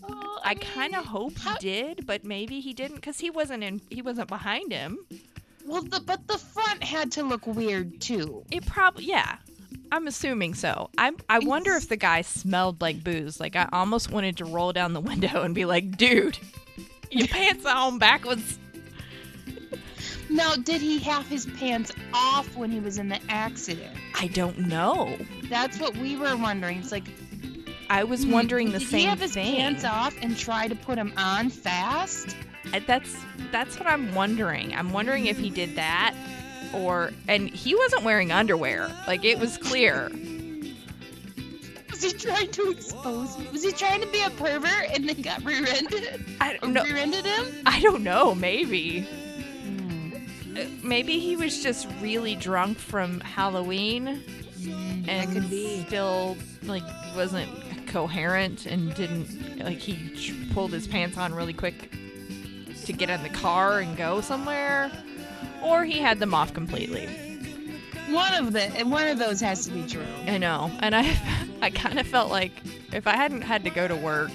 [SPEAKER 1] Oh,
[SPEAKER 2] I kind of hope he
[SPEAKER 1] how-
[SPEAKER 2] did, but maybe he didn't because he wasn't in. He wasn't behind him.
[SPEAKER 1] Well, the, but the front had to look weird too.
[SPEAKER 2] It probably yeah. I'm assuming so. I I wonder if the guy smelled like booze. Like I almost wanted to roll down the window and be like, "Dude, your pants are on backwards."
[SPEAKER 1] Now, did he have his pants off when he was in the accident?
[SPEAKER 2] I don't know.
[SPEAKER 1] That's what we were wondering. It's like,
[SPEAKER 2] I was wondering the
[SPEAKER 1] did
[SPEAKER 2] same
[SPEAKER 1] he have his
[SPEAKER 2] thing.
[SPEAKER 1] pants off and try to put them on fast?
[SPEAKER 2] I- that's that's what I'm wondering. I'm wondering if he did that or and he wasn't wearing underwear. Like it was clear.
[SPEAKER 1] Was he trying to expose? Was he trying to be a pervert and then got rear-ended?
[SPEAKER 2] I
[SPEAKER 1] Or
[SPEAKER 2] don't know.
[SPEAKER 1] rear-ended him?
[SPEAKER 2] I don't know, maybe. Uh, Maybe he was just really drunk from Halloween
[SPEAKER 1] Mm,
[SPEAKER 2] and
[SPEAKER 1] that could be.
[SPEAKER 2] still like wasn't coherent and didn't like he ch- pulled his pants on really quick to get in the car and go somewhere or he had them off completely.
[SPEAKER 1] One of the one of those has to be true.
[SPEAKER 2] I know, and I, I kind of felt like if I hadn't had to go to work,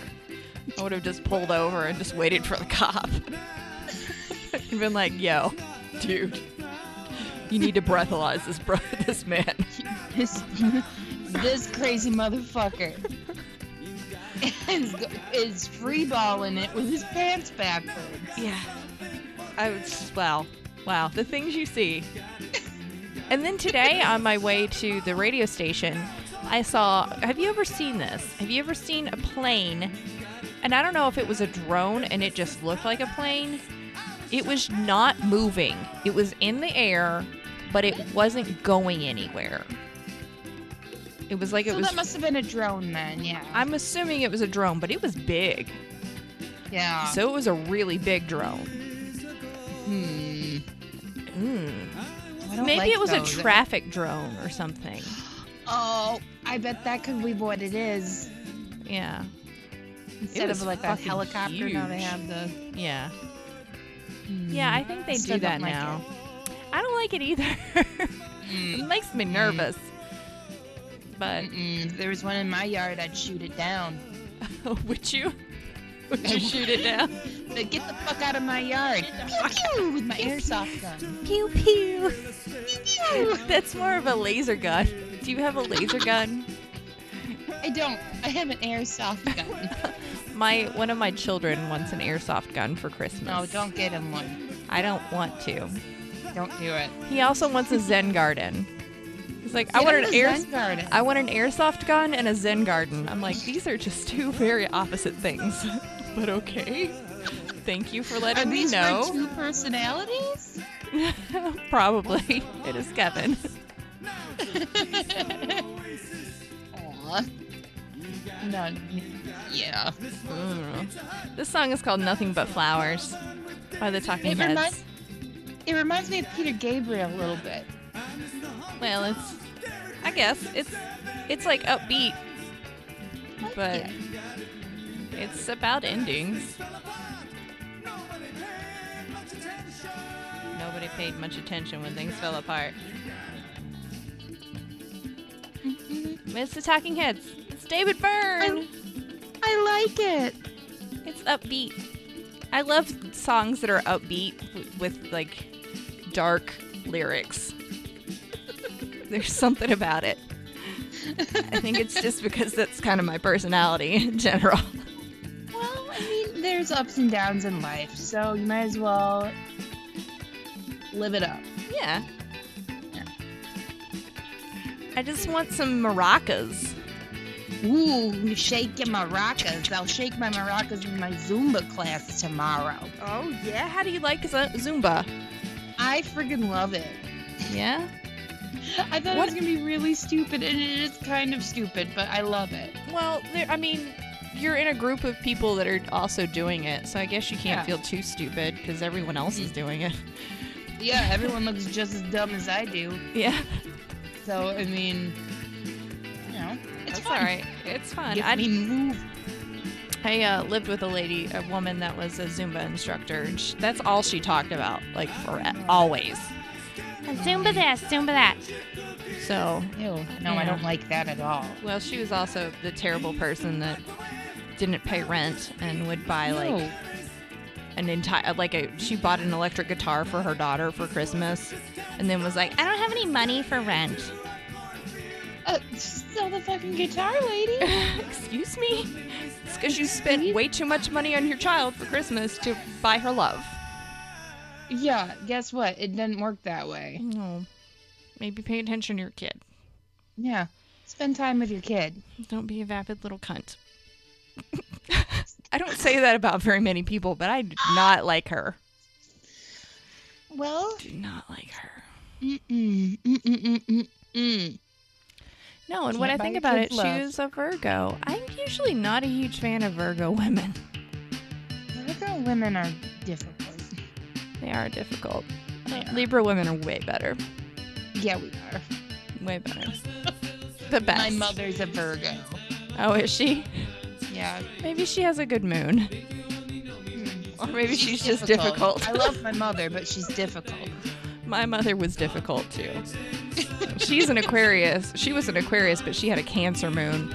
[SPEAKER 2] I would have just pulled over and just waited for the cop and been like, "Yo, dude, you need to breathalyze this bro, this man."
[SPEAKER 1] This this crazy motherfucker is is freeballing it with his pants backwards.
[SPEAKER 2] Yeah, I was just wow, wow, the things you see. And then today, on my way to the radio station, I saw. Have you ever seen this? Have you ever seen a plane? And I don't know if it was a drone and it just looked like a plane. It was not moving. It was in the air, but it wasn't going anywhere. It was like it
[SPEAKER 1] so
[SPEAKER 2] was.
[SPEAKER 1] that must have been a drone then, yeah.
[SPEAKER 2] I'm assuming it was a drone, but it was big.
[SPEAKER 1] yeah.
[SPEAKER 2] So it was a really big drone.
[SPEAKER 1] hmm.
[SPEAKER 2] Mm.
[SPEAKER 1] I don't
[SPEAKER 2] Maybe
[SPEAKER 1] like
[SPEAKER 2] it was
[SPEAKER 1] those.
[SPEAKER 2] a traffic drone or something.
[SPEAKER 1] Oh, I bet that could be what it is.
[SPEAKER 2] Yeah.
[SPEAKER 1] Instead
[SPEAKER 2] was
[SPEAKER 1] of like a
[SPEAKER 2] fucking
[SPEAKER 1] helicopter, now they
[SPEAKER 2] huge.
[SPEAKER 1] have the.
[SPEAKER 2] Yeah. Yeah, I think they
[SPEAKER 1] Still
[SPEAKER 2] do that
[SPEAKER 1] don't like
[SPEAKER 2] now. I don't like it either.
[SPEAKER 1] Mm,
[SPEAKER 2] it makes me nervous. But
[SPEAKER 1] mm-mm. If there was one in my yard, I'd shoot it down.
[SPEAKER 2] would you? Would you shoot it down?
[SPEAKER 1] But get the fuck out of my yard. Pew, pew, with my airsoft gun.
[SPEAKER 2] Pew pew.
[SPEAKER 1] Pew, pew.
[SPEAKER 2] That's more of a laser gun. Do you have a laser gun?
[SPEAKER 1] I don't. I have an airsoft gun.
[SPEAKER 2] My one of my children wants an airsoft gun for Christmas.
[SPEAKER 1] No, Oh, don't get him one.
[SPEAKER 2] I don't want to.
[SPEAKER 1] Don't do it.
[SPEAKER 2] He also wants a Zen garden. He's like, I want an air.
[SPEAKER 1] Zen garden.
[SPEAKER 2] I want an airsoft gun and a Zen garden. I'm like, these are just two very opposite things. but okay. Thank you for
[SPEAKER 1] Are
[SPEAKER 2] letting me
[SPEAKER 1] these for
[SPEAKER 2] know.
[SPEAKER 1] two personalities?
[SPEAKER 2] Probably. It is Kevin.
[SPEAKER 1] Aw. No. Yeah.
[SPEAKER 2] This song is called Nothing But Flowers by the Talking
[SPEAKER 1] It
[SPEAKER 2] Heads.
[SPEAKER 1] reminds- It reminds me of Peter Gabriel a little bit.
[SPEAKER 2] well, it's I guess it's it's like upbeat, but
[SPEAKER 1] yeah.
[SPEAKER 2] it's about endings. Nobody paid much attention when things fell apart. It's the Talking Heads. It's David Byrne.
[SPEAKER 1] I like it.
[SPEAKER 2] It's upbeat. I love songs that are upbeat w- with like dark lyrics. There's something about it. I think it's just because that's kind of my personality in general.
[SPEAKER 1] Well, I mean, there's ups and downs in life, so you might as well live it up.
[SPEAKER 2] Yeah. I just want some maracas.
[SPEAKER 1] Ooh, you shake your maracas. I'll shake my maracas in my Zumba class tomorrow.
[SPEAKER 2] Oh yeah, how do you like Z- Zumba?
[SPEAKER 1] I friggin' love it.
[SPEAKER 2] Yeah.
[SPEAKER 1] I thought
[SPEAKER 2] What-
[SPEAKER 1] it was gonna be really stupid, and it is kind of stupid, but I love it.
[SPEAKER 2] Well, there, I mean, you're in a group of people that are also doing it, so I guess you can't
[SPEAKER 1] Yeah.
[SPEAKER 2] feel too stupid because everyone else is doing it.
[SPEAKER 1] Yeah, everyone looks just as dumb as I do,
[SPEAKER 2] Yeah,
[SPEAKER 1] so I mean, you know, it's
[SPEAKER 2] that's
[SPEAKER 1] fun.
[SPEAKER 2] all right. It's fun.
[SPEAKER 1] Get
[SPEAKER 2] I
[SPEAKER 1] me moved.
[SPEAKER 2] I uh, lived with a lady, a woman that was a Zumba instructor, and sh that's all she talked about, like for always.
[SPEAKER 4] Zumba this, Zumba that.
[SPEAKER 2] So,
[SPEAKER 1] Ew, no, I
[SPEAKER 2] Yeah.
[SPEAKER 1] don't like that at all.
[SPEAKER 2] well, she was also the terrible person that didn't pay rent and would buy like
[SPEAKER 1] No.
[SPEAKER 2] an entire like a she bought an electric guitar for her daughter for Christmas, and then was like, I don't have any money for rent.
[SPEAKER 1] Uh, sell the fucking guitar, lady.
[SPEAKER 2] Excuse me? It's because you spent way too much money on your child for Christmas to buy her love.
[SPEAKER 1] yeah, guess what? It doesn't work that way.
[SPEAKER 2] No. Maybe pay attention to your kid.
[SPEAKER 1] Yeah, spend time with your kid.
[SPEAKER 2] Don't be a vapid little cunt. I don't say that about very many people, but I did not like her.
[SPEAKER 1] Well,
[SPEAKER 2] Did not like her.
[SPEAKER 1] mm-mm, mm-mm, mm-mm, mm.
[SPEAKER 2] No, and
[SPEAKER 1] Can't
[SPEAKER 2] when I
[SPEAKER 1] buy
[SPEAKER 2] think
[SPEAKER 1] your
[SPEAKER 2] about it,
[SPEAKER 1] kids love.
[SPEAKER 2] she was a Virgo. I'm usually not a huge fan of Virgo women.
[SPEAKER 1] Virgo women are difficult.
[SPEAKER 2] They are difficult. Uh,
[SPEAKER 1] They are.
[SPEAKER 2] Libra women are way better.
[SPEAKER 1] Yeah, we are.
[SPEAKER 2] Way better. The best.
[SPEAKER 1] My mother's a Virgo.
[SPEAKER 2] Oh, is she?
[SPEAKER 1] Yeah.
[SPEAKER 2] Maybe she has a good moon. Or maybe she's, just difficult.
[SPEAKER 1] I love my mother, but she's difficult.
[SPEAKER 2] My mother was difficult too. She's an Aquarius. She was an Aquarius, but she had a Cancer moon,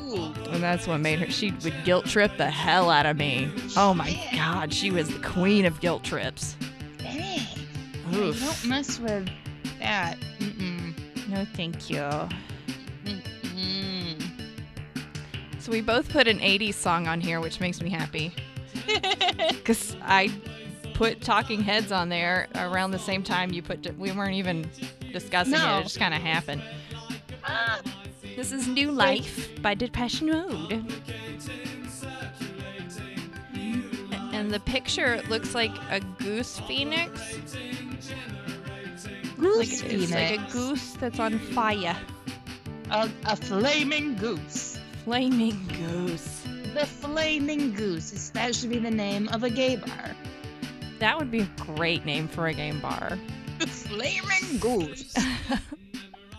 [SPEAKER 1] Ooh.
[SPEAKER 2] and that's what made her. She would guilt trip the hell out of me. Oh my God, she was the queen of guilt trips.
[SPEAKER 1] Dang.
[SPEAKER 2] Oof.
[SPEAKER 1] Don't mess with that. Mm-mm.
[SPEAKER 2] No, thank you.
[SPEAKER 1] Mm-mm.
[SPEAKER 2] Mm. So we both put an '80s song on here, which makes me happy, because I put Talking Heads on there around the same time you put. We weren't even discussing
[SPEAKER 1] No.
[SPEAKER 2] it. It just kind of happened.
[SPEAKER 1] Ah,
[SPEAKER 2] This is New Life by Depression Mode. And the picture looks like a goose phoenix. Like,
[SPEAKER 1] goose
[SPEAKER 2] it's like a
[SPEAKER 1] phoenix.
[SPEAKER 2] goose that's on fire.
[SPEAKER 1] A, a flaming goose.
[SPEAKER 2] Flaming goose.
[SPEAKER 1] The Flaming Goose is that should be the name of a gay bar.
[SPEAKER 2] That would be a great name for a game bar.
[SPEAKER 1] The Flaming Goose.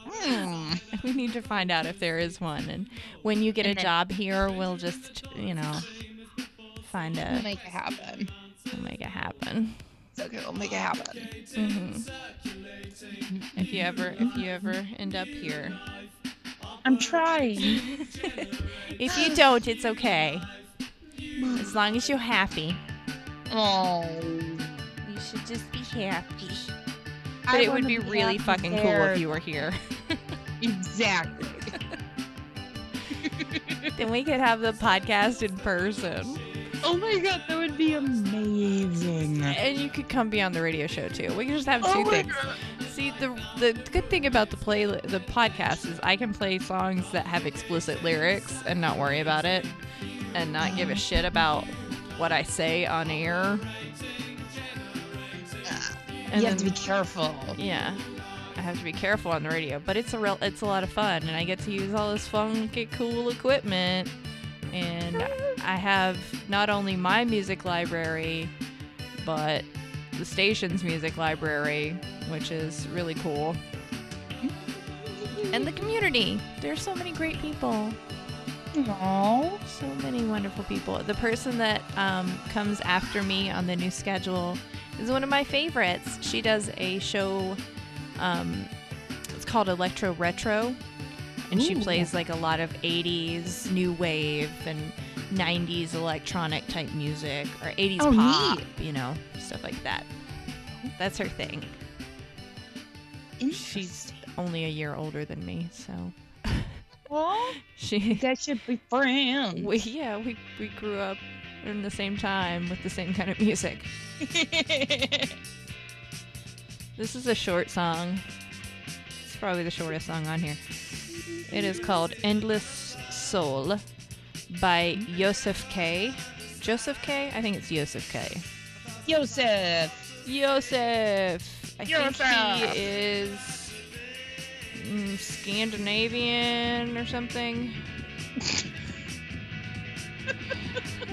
[SPEAKER 1] Hmm.
[SPEAKER 2] we need to find out if there is one. And when you get
[SPEAKER 1] And
[SPEAKER 2] a
[SPEAKER 1] then-
[SPEAKER 2] job here, we'll just, you know, find
[SPEAKER 1] We'll
[SPEAKER 2] a.
[SPEAKER 1] make it happen.
[SPEAKER 2] We'll make it happen.
[SPEAKER 1] It's okay. We'll make it happen.
[SPEAKER 2] hmm If you ever, if you ever end up here,
[SPEAKER 1] I'm trying.
[SPEAKER 2] if you don't, it's okay. As long as you're happy,
[SPEAKER 1] Oh.
[SPEAKER 2] you should just be happy. But
[SPEAKER 1] I
[SPEAKER 2] it would
[SPEAKER 1] wanna
[SPEAKER 2] be
[SPEAKER 1] happy
[SPEAKER 2] really fucking cool
[SPEAKER 1] there.
[SPEAKER 2] if you were here.
[SPEAKER 1] Exactly.
[SPEAKER 2] then we could have the podcast in person,
[SPEAKER 1] Oh my god, that would be amazing.
[SPEAKER 2] and you could come be on the radio show too. We could just have two
[SPEAKER 1] Oh my
[SPEAKER 2] things.
[SPEAKER 1] god.
[SPEAKER 2] See, the the good thing about the play the podcast is I can play songs that have explicit lyrics and not worry about it, and not give a shit about what I say on air. And
[SPEAKER 1] Ah, You have to
[SPEAKER 2] then-
[SPEAKER 1] be careful.
[SPEAKER 2] Yeah. I have to be careful on the radio, but it's a real it's a lot of fun and I get to use all this funky cool equipment and I have not only my music library but the station's music library, which is really cool. And the community. There's so many great people.
[SPEAKER 1] Aww.
[SPEAKER 2] So many wonderful people. The person that um, comes after me on the new schedule is one of my favorites. She does a show, um, it's called Electro Retro, and she
[SPEAKER 1] Ooh.
[SPEAKER 2] plays like a lot of 80s, new wave, and 90s electronic type music or 80s
[SPEAKER 1] Oh,
[SPEAKER 2] pop,
[SPEAKER 1] neat.
[SPEAKER 2] you know, stuff like that. That's her thing. She's
[SPEAKER 1] Interesting.
[SPEAKER 2] only a year older than me, so
[SPEAKER 1] Well, you
[SPEAKER 2] she
[SPEAKER 1] guys should be friends.
[SPEAKER 2] we yeah, we we grew up in the same time with the same kind of music. This is a short song. It's probably the shortest song on here. It is called Endless Soul by Joseph K. Joseph K? I think it's Joseph K.
[SPEAKER 1] Joseph.
[SPEAKER 2] Joseph. I think
[SPEAKER 1] Joseph.
[SPEAKER 2] he is mm, Scandinavian or something.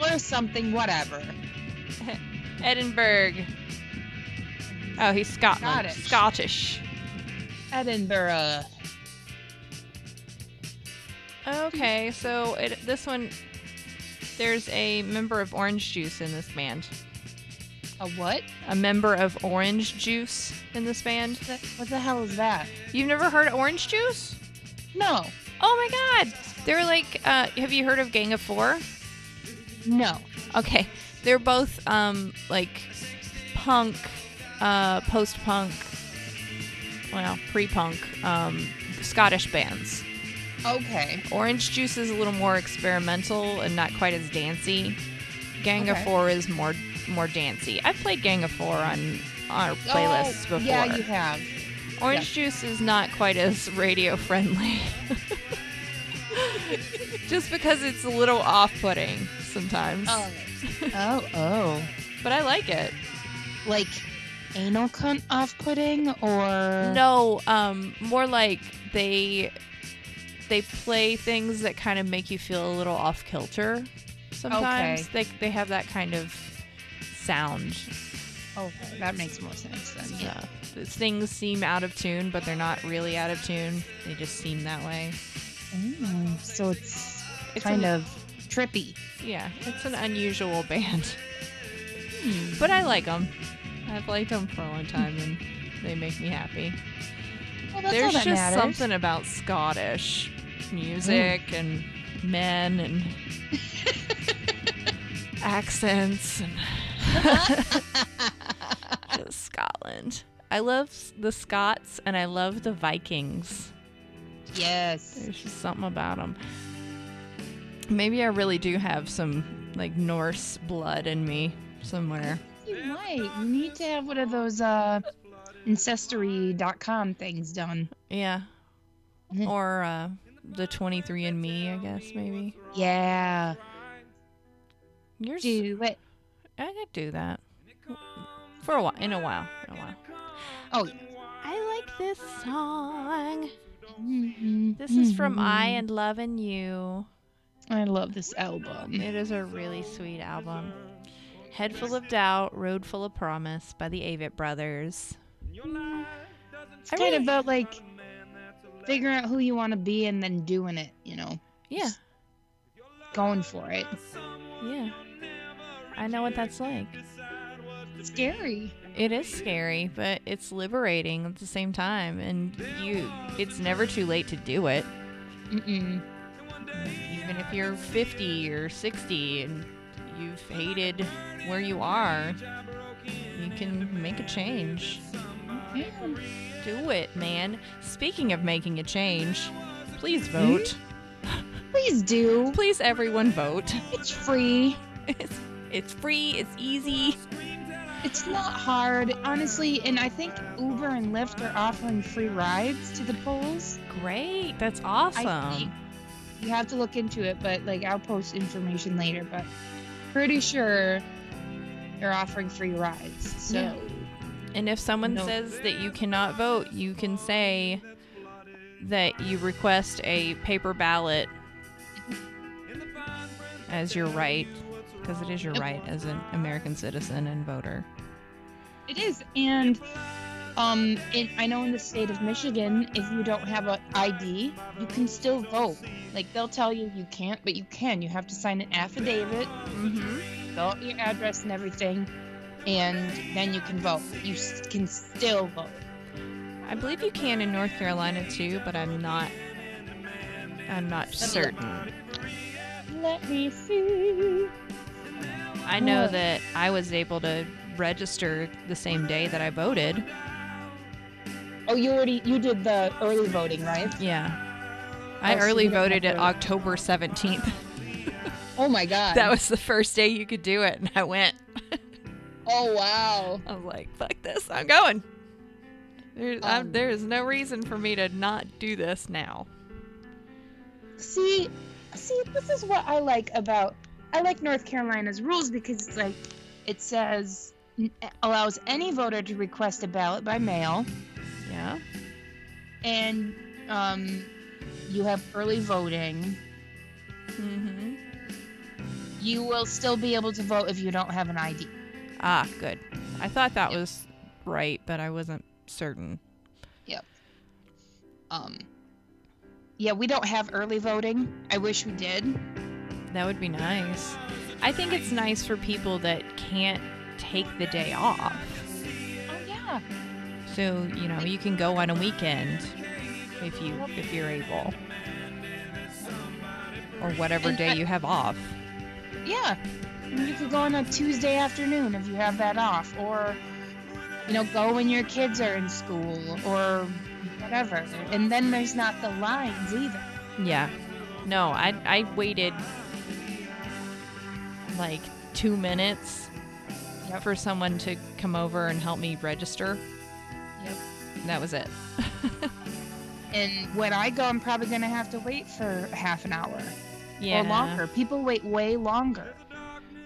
[SPEAKER 1] Or something, whatever.
[SPEAKER 2] Edinburgh. Oh, he's Scotland.
[SPEAKER 1] Scottish.
[SPEAKER 2] Scottish.
[SPEAKER 1] Edinburgh.
[SPEAKER 2] Okay, so it, this one, there's a member of Orange Juice in this band.
[SPEAKER 1] A what?
[SPEAKER 2] A member of Orange Juice in this band.
[SPEAKER 1] What the hell is that?
[SPEAKER 2] You've never heard of Orange Juice?
[SPEAKER 1] No.
[SPEAKER 2] Oh my God! They're like, uh, have you heard of Gang of Four?
[SPEAKER 1] No.
[SPEAKER 2] Okay, they're both um like punk, uh, post-punk, well, pre-punk, um, Scottish bands.
[SPEAKER 1] Okay.
[SPEAKER 2] Orange Juice is a little more experimental and not quite as dancey. Gang of
[SPEAKER 1] Okay.
[SPEAKER 2] Four is more more dancey. I've played Gang of Four on our playlists
[SPEAKER 1] Oh,
[SPEAKER 2] before.
[SPEAKER 1] Yeah, you have.
[SPEAKER 2] Orange Juice is not quite as radio friendly. Just because it's a little off putting sometimes.
[SPEAKER 1] Oh. oh, oh.
[SPEAKER 2] But I like it.
[SPEAKER 1] Like anal cunt off putting or.
[SPEAKER 2] No, um, more like they they play things that kind of make you feel a little off kilter. Sometimes they they have that kind of sound.
[SPEAKER 1] Oh, that makes more sense then. Yeah.
[SPEAKER 2] Yeah, Th- things seem out of tune, but they're not really out of tune. They just seem that way.
[SPEAKER 1] Oh, so it's,
[SPEAKER 2] It's
[SPEAKER 1] kind
[SPEAKER 2] an-
[SPEAKER 1] of trippy.
[SPEAKER 2] Yeah, it's an unusual band, but I like them. I've liked them for a long time, and they make me happy.
[SPEAKER 1] Well, that's all
[SPEAKER 2] There's
[SPEAKER 1] that
[SPEAKER 2] just
[SPEAKER 1] matters. Mm.
[SPEAKER 2] something about Scottish music and men and accents and just Scotland. I love s- the Scots and I love the Vikings.
[SPEAKER 1] Yes.
[SPEAKER 2] There's just something about them. Maybe I really do have some like Norse blood in me somewhere.
[SPEAKER 1] You might. You need to have one of those uh, ancestry.com things done.
[SPEAKER 2] Yeah.
[SPEAKER 1] Mhm.
[SPEAKER 2] Or uh, the 23andMe, I guess, maybe.
[SPEAKER 1] Yeah.
[SPEAKER 2] Yours,
[SPEAKER 1] Do it.
[SPEAKER 2] I could do that for a while. In a while. In a while.
[SPEAKER 1] Oh,
[SPEAKER 2] I like this song.
[SPEAKER 1] yeah.
[SPEAKER 2] This is from I and Lovin' You.
[SPEAKER 1] Mm-hmm. I love this album.
[SPEAKER 2] It is a really sweet album. Head Full of Doubt, Road Full of Promise by the Avett Brothers.
[SPEAKER 1] It's kind of about like figuring out who you want to be and then doing it, you know,
[SPEAKER 2] Yeah,
[SPEAKER 1] going for it.
[SPEAKER 2] yeah. I know what that's like.
[SPEAKER 1] Scary.
[SPEAKER 2] It is scary, but it's liberating at the same time and you it's never too late to do it.
[SPEAKER 1] Mm-mm.
[SPEAKER 2] even if you're 50 or 60 and you've hated where you are, you can make a change.
[SPEAKER 1] Yeah.
[SPEAKER 2] Do it, man. Speaking of making a change, please
[SPEAKER 1] Hmm?
[SPEAKER 2] vote.
[SPEAKER 1] Please do.
[SPEAKER 2] Please, everyone, vote.
[SPEAKER 1] It's free.
[SPEAKER 2] It's, it's free, it's easy.
[SPEAKER 1] It's not hard, honestly. And I think Uber and Lyft are offering free rides to the polls.
[SPEAKER 2] Great, that's awesome.
[SPEAKER 1] I think you have to look into it, but like I'll post information later. But pretty sure they're offering free rides. So
[SPEAKER 2] Yeah. And if someone
[SPEAKER 1] No.
[SPEAKER 2] says that you cannot vote, you can say that you request a paper ballot as your right, because it is your right as an American citizen and voter.
[SPEAKER 1] it is. And um, in, I know in the state of Michigan, if you don't have a ID, you can still vote. Like they'll tell you you can't, but you can. You have to sign an affidavit,
[SPEAKER 2] Mm-hmm.
[SPEAKER 1] fill out your address and everything, and then you can vote. You s- can still vote.
[SPEAKER 2] I believe you can in North Carolina too, but I'm not. I'm not certain.
[SPEAKER 1] Let me see.
[SPEAKER 2] I know
[SPEAKER 1] What?
[SPEAKER 2] that I was able to register the same day that I voted.
[SPEAKER 1] Oh, you already you did the early voting, right?
[SPEAKER 2] Yeah. I
[SPEAKER 1] Oh, so
[SPEAKER 2] early
[SPEAKER 1] you don't have
[SPEAKER 2] voted
[SPEAKER 1] to
[SPEAKER 2] at
[SPEAKER 1] vote.
[SPEAKER 2] October 17th.
[SPEAKER 1] Oh my god.
[SPEAKER 2] That was the first day you could do it, and I went.
[SPEAKER 1] oh wow.
[SPEAKER 2] I was like, fuck this, I'm going. There, I'm-
[SPEAKER 1] Um,
[SPEAKER 2] there is no reason for me to not do this now.
[SPEAKER 1] See, see, this is what I like about I like North Carolina's rules because it's like it says n- allows any voter to request a ballot by mail,
[SPEAKER 2] Yeah.
[SPEAKER 1] and um, you have early voting.
[SPEAKER 2] Mm-hmm.
[SPEAKER 1] You will still be able to vote if you don't have an ID.
[SPEAKER 2] Ah, good. I thought that was right, but I wasn't certain.
[SPEAKER 1] Um, yeah, we don't have early voting. I wish we did.
[SPEAKER 2] That would be nice. I think it's nice for people that can't take the day off.
[SPEAKER 1] Oh yeah.
[SPEAKER 2] So, you know, you can go on a weekend if you if you're able. Or whatever
[SPEAKER 1] And
[SPEAKER 2] day
[SPEAKER 1] I-
[SPEAKER 2] you have off.
[SPEAKER 1] Yeah. And You could go on a Tuesday afternoon if you have that off, or, you know, go when your kids are in school, or whatever. And then there's not the lines either.
[SPEAKER 2] Yeah. No, I I waited like 2 minutes
[SPEAKER 1] Yep.
[SPEAKER 2] for someone to come over and help me register.
[SPEAKER 1] Yep.
[SPEAKER 2] That was it.
[SPEAKER 1] And when I go, I'm probably going to have to wait for half an hour
[SPEAKER 2] Yeah.
[SPEAKER 1] or longer. People wait way longer.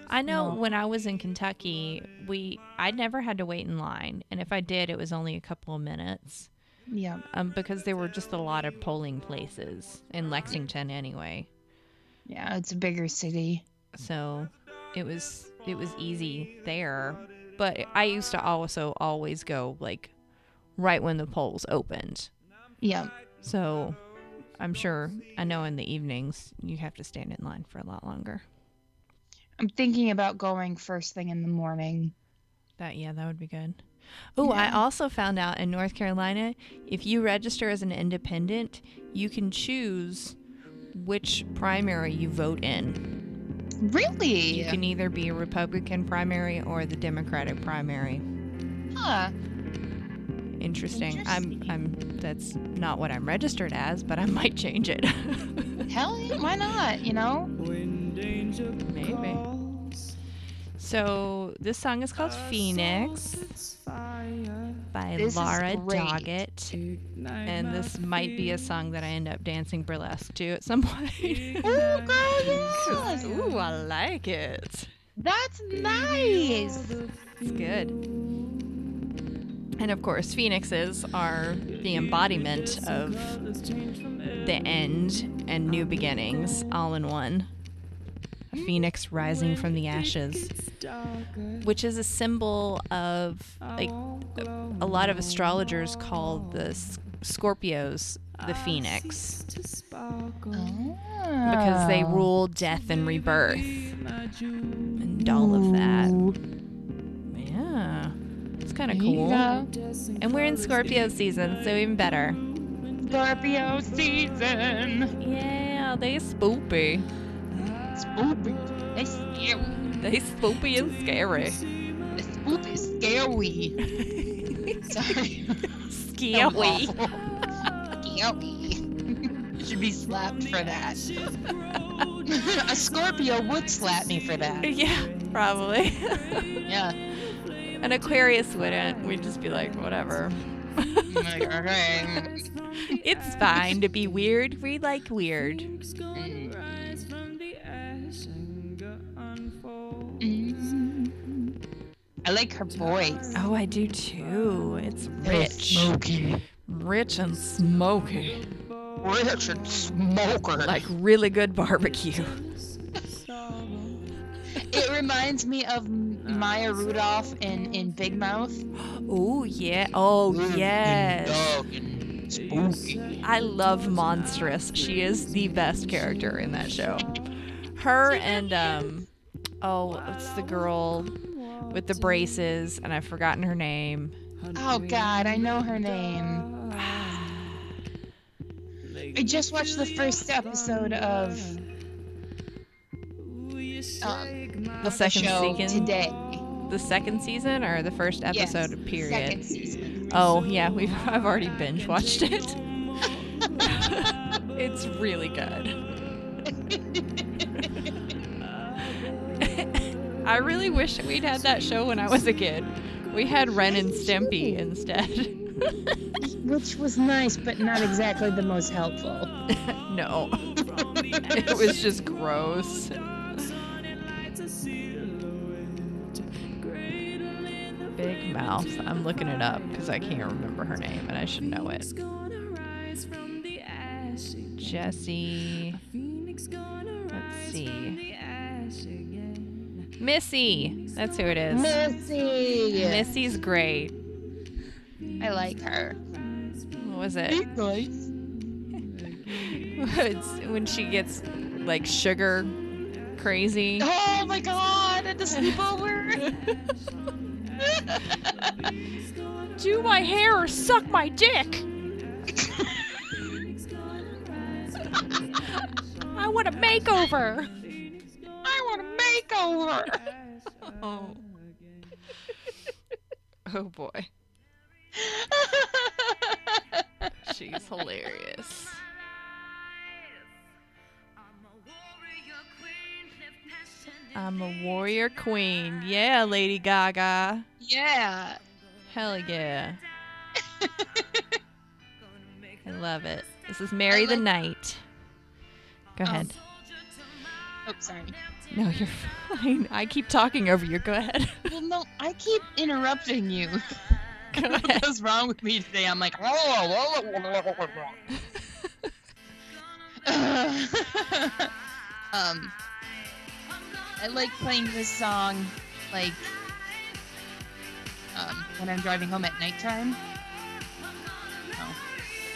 [SPEAKER 2] I know
[SPEAKER 1] No.
[SPEAKER 2] when I was in Kentucky, we I never had to wait in line, and if I did, it was only a couple of minutes,
[SPEAKER 1] Yeah.
[SPEAKER 2] um, because there were just a lot of polling places in Lexington anyway.
[SPEAKER 1] Yeah, it's a bigger city.
[SPEAKER 2] So it was it was easy there, but I used to also always go like right when the polls opened.
[SPEAKER 1] Yeah.
[SPEAKER 2] So I'm sure I know in the evenings you have to stand in line for a lot longer.
[SPEAKER 1] I'm thinking about going first thing in the morning.
[SPEAKER 2] That yeah, that would be good. Oh, I
[SPEAKER 1] Yeah.
[SPEAKER 2] also found out in North Carolina, if you register as an independent, you can choose which primary you vote in.
[SPEAKER 1] Really?
[SPEAKER 2] You can either be a Republican primary or the Democratic primary.
[SPEAKER 1] Huh.
[SPEAKER 2] Interesting. I'm
[SPEAKER 1] Interesting.
[SPEAKER 2] I'm that's not what I'm registered as, but I might change it.
[SPEAKER 1] Hell yeah. Why not? You know?
[SPEAKER 2] Maybe. So this song is called Phoenix by
[SPEAKER 1] Uh, This is
[SPEAKER 2] Laura
[SPEAKER 1] great.
[SPEAKER 2] Doggett. And this might be a song that I end up dancing burlesque to at some point.
[SPEAKER 1] Ooh, girl, yes.
[SPEAKER 2] Ooh, I like it.
[SPEAKER 1] That's nice.
[SPEAKER 2] It's good. And of course, phoenixes are the embodiment of the end and new beginnings all in one. A phoenix rising from the ashes, which is a symbol of like a lot of astrologers call the s- Scorpios the phoenix because
[SPEAKER 1] Ah.
[SPEAKER 2] they rule death and rebirth
[SPEAKER 1] Oh.
[SPEAKER 2] and all of that. Yeah. It's kind of cool. And we're in Scorpio season, so even better.
[SPEAKER 1] Scorpio season.
[SPEAKER 2] Yeah, they spoopy.
[SPEAKER 1] Spooky. It's scary.
[SPEAKER 2] They spoopy and scary.
[SPEAKER 1] It's spooky scary. Sorry. I'm
[SPEAKER 2] Scary.
[SPEAKER 1] awful. Scary. Should be slapped for that. A Scorpio would slap me for that.
[SPEAKER 2] Yeah, probably.
[SPEAKER 1] Yeah.
[SPEAKER 2] An Aquarius wouldn't. We'd just be like, whatever.
[SPEAKER 1] I'm like, okay.
[SPEAKER 2] It's fine to be weird. We like weird.
[SPEAKER 1] Mm.
[SPEAKER 3] Unfold.
[SPEAKER 1] Mm. I like her voice.
[SPEAKER 2] Oh, I do too. It's rich.
[SPEAKER 1] Smoky.
[SPEAKER 2] Rich and smoky.
[SPEAKER 1] Rich and smoker.
[SPEAKER 2] Like really good barbecue.
[SPEAKER 1] It reminds me of M- Maya Rudolph in, in Big Mouth.
[SPEAKER 2] Oh, yeah. Oh, yes.
[SPEAKER 1] Spooky.
[SPEAKER 2] I love Monstrous. She is the best character in that show. Her and um oh, it's the girl with the braces and I've forgotten her name.
[SPEAKER 1] Oh God, I know her name. I just watched the first episode of um,
[SPEAKER 2] The second
[SPEAKER 1] show
[SPEAKER 2] season.
[SPEAKER 1] today.
[SPEAKER 2] The second season or the first
[SPEAKER 1] Yes,
[SPEAKER 2] episode? Period.
[SPEAKER 1] Second season.
[SPEAKER 2] Oh yeah, we've I've already binge watched it. it's really good. I really wish we'd had that show when I was a kid. We had Ren and Stimpy instead.
[SPEAKER 1] Which was nice, but not exactly the most helpful.
[SPEAKER 2] no. it was just gross. Big Mouth. I'm looking it up because I can't remember her name and I should know it. Jesse. Let's see. Missy. That's who it is.
[SPEAKER 1] Missy.
[SPEAKER 2] Missy's great.
[SPEAKER 1] I like her.
[SPEAKER 2] What was it?
[SPEAKER 1] Hmm?
[SPEAKER 2] It's when she gets like sugar crazy.
[SPEAKER 1] Oh my god, at the sleepover.
[SPEAKER 2] Do my hair or suck my dick. I want a makeover.
[SPEAKER 1] I want a makeover.
[SPEAKER 2] Oh. oh boy. She's hilarious. I'm a warrior queen. Yeah, Lady Gaga.
[SPEAKER 1] yeah.
[SPEAKER 2] Hell yeah. I love it. This is Mary the
[SPEAKER 1] like-
[SPEAKER 2] Knight. Go
[SPEAKER 1] Oh.
[SPEAKER 2] ahead.
[SPEAKER 1] Oh, sorry.
[SPEAKER 2] No, you're fine. I keep talking over you. Go ahead.
[SPEAKER 1] Well, no, I keep interrupting you.
[SPEAKER 2] Go ahead.
[SPEAKER 1] What's wrong with me today? I'm like, "Oh, whoa, whoa, whoa, whoa, whoa, whoa, oh, whoa." oh." um, I like playing this song, like, um, when I'm driving home at nighttime.